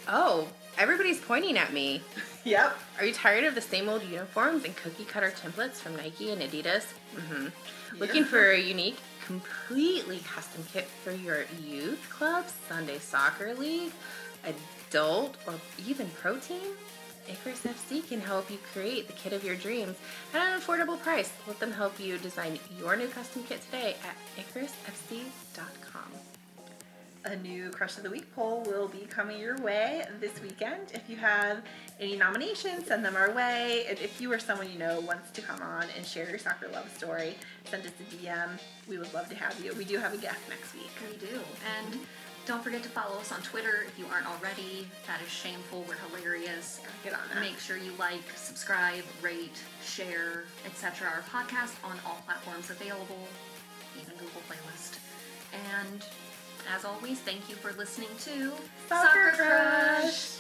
Speaker 3: oh, everybody's pointing at me.
Speaker 2: Yep.
Speaker 3: Are you tired of the same old uniforms and cookie cutter templates from Nike and Adidas? hmm Looking for a unique, completely custom kit for your youth club, Sunday soccer league, adult, or even pro team? Icarus FC can help you create the kit of your dreams at an affordable price. Let them help you design your new custom kit today at IcarusFC.com.
Speaker 2: A new Crush of the Week poll will be coming your way this weekend. If you have any nominations, send them our way. And if you or someone you know wants to come on and share your soccer love story, send us a DM. We would love to have you. We do have a guest next week.
Speaker 1: We do. And don't forget to follow us on Twitter if you aren't already. That is shameful. We're hilarious.
Speaker 2: Get on that.
Speaker 1: Make sure you like, subscribe, rate, share, etc. Our podcast on all platforms available, even Google Playlist. And as always, thank you for listening to
Speaker 2: Soccer Crush.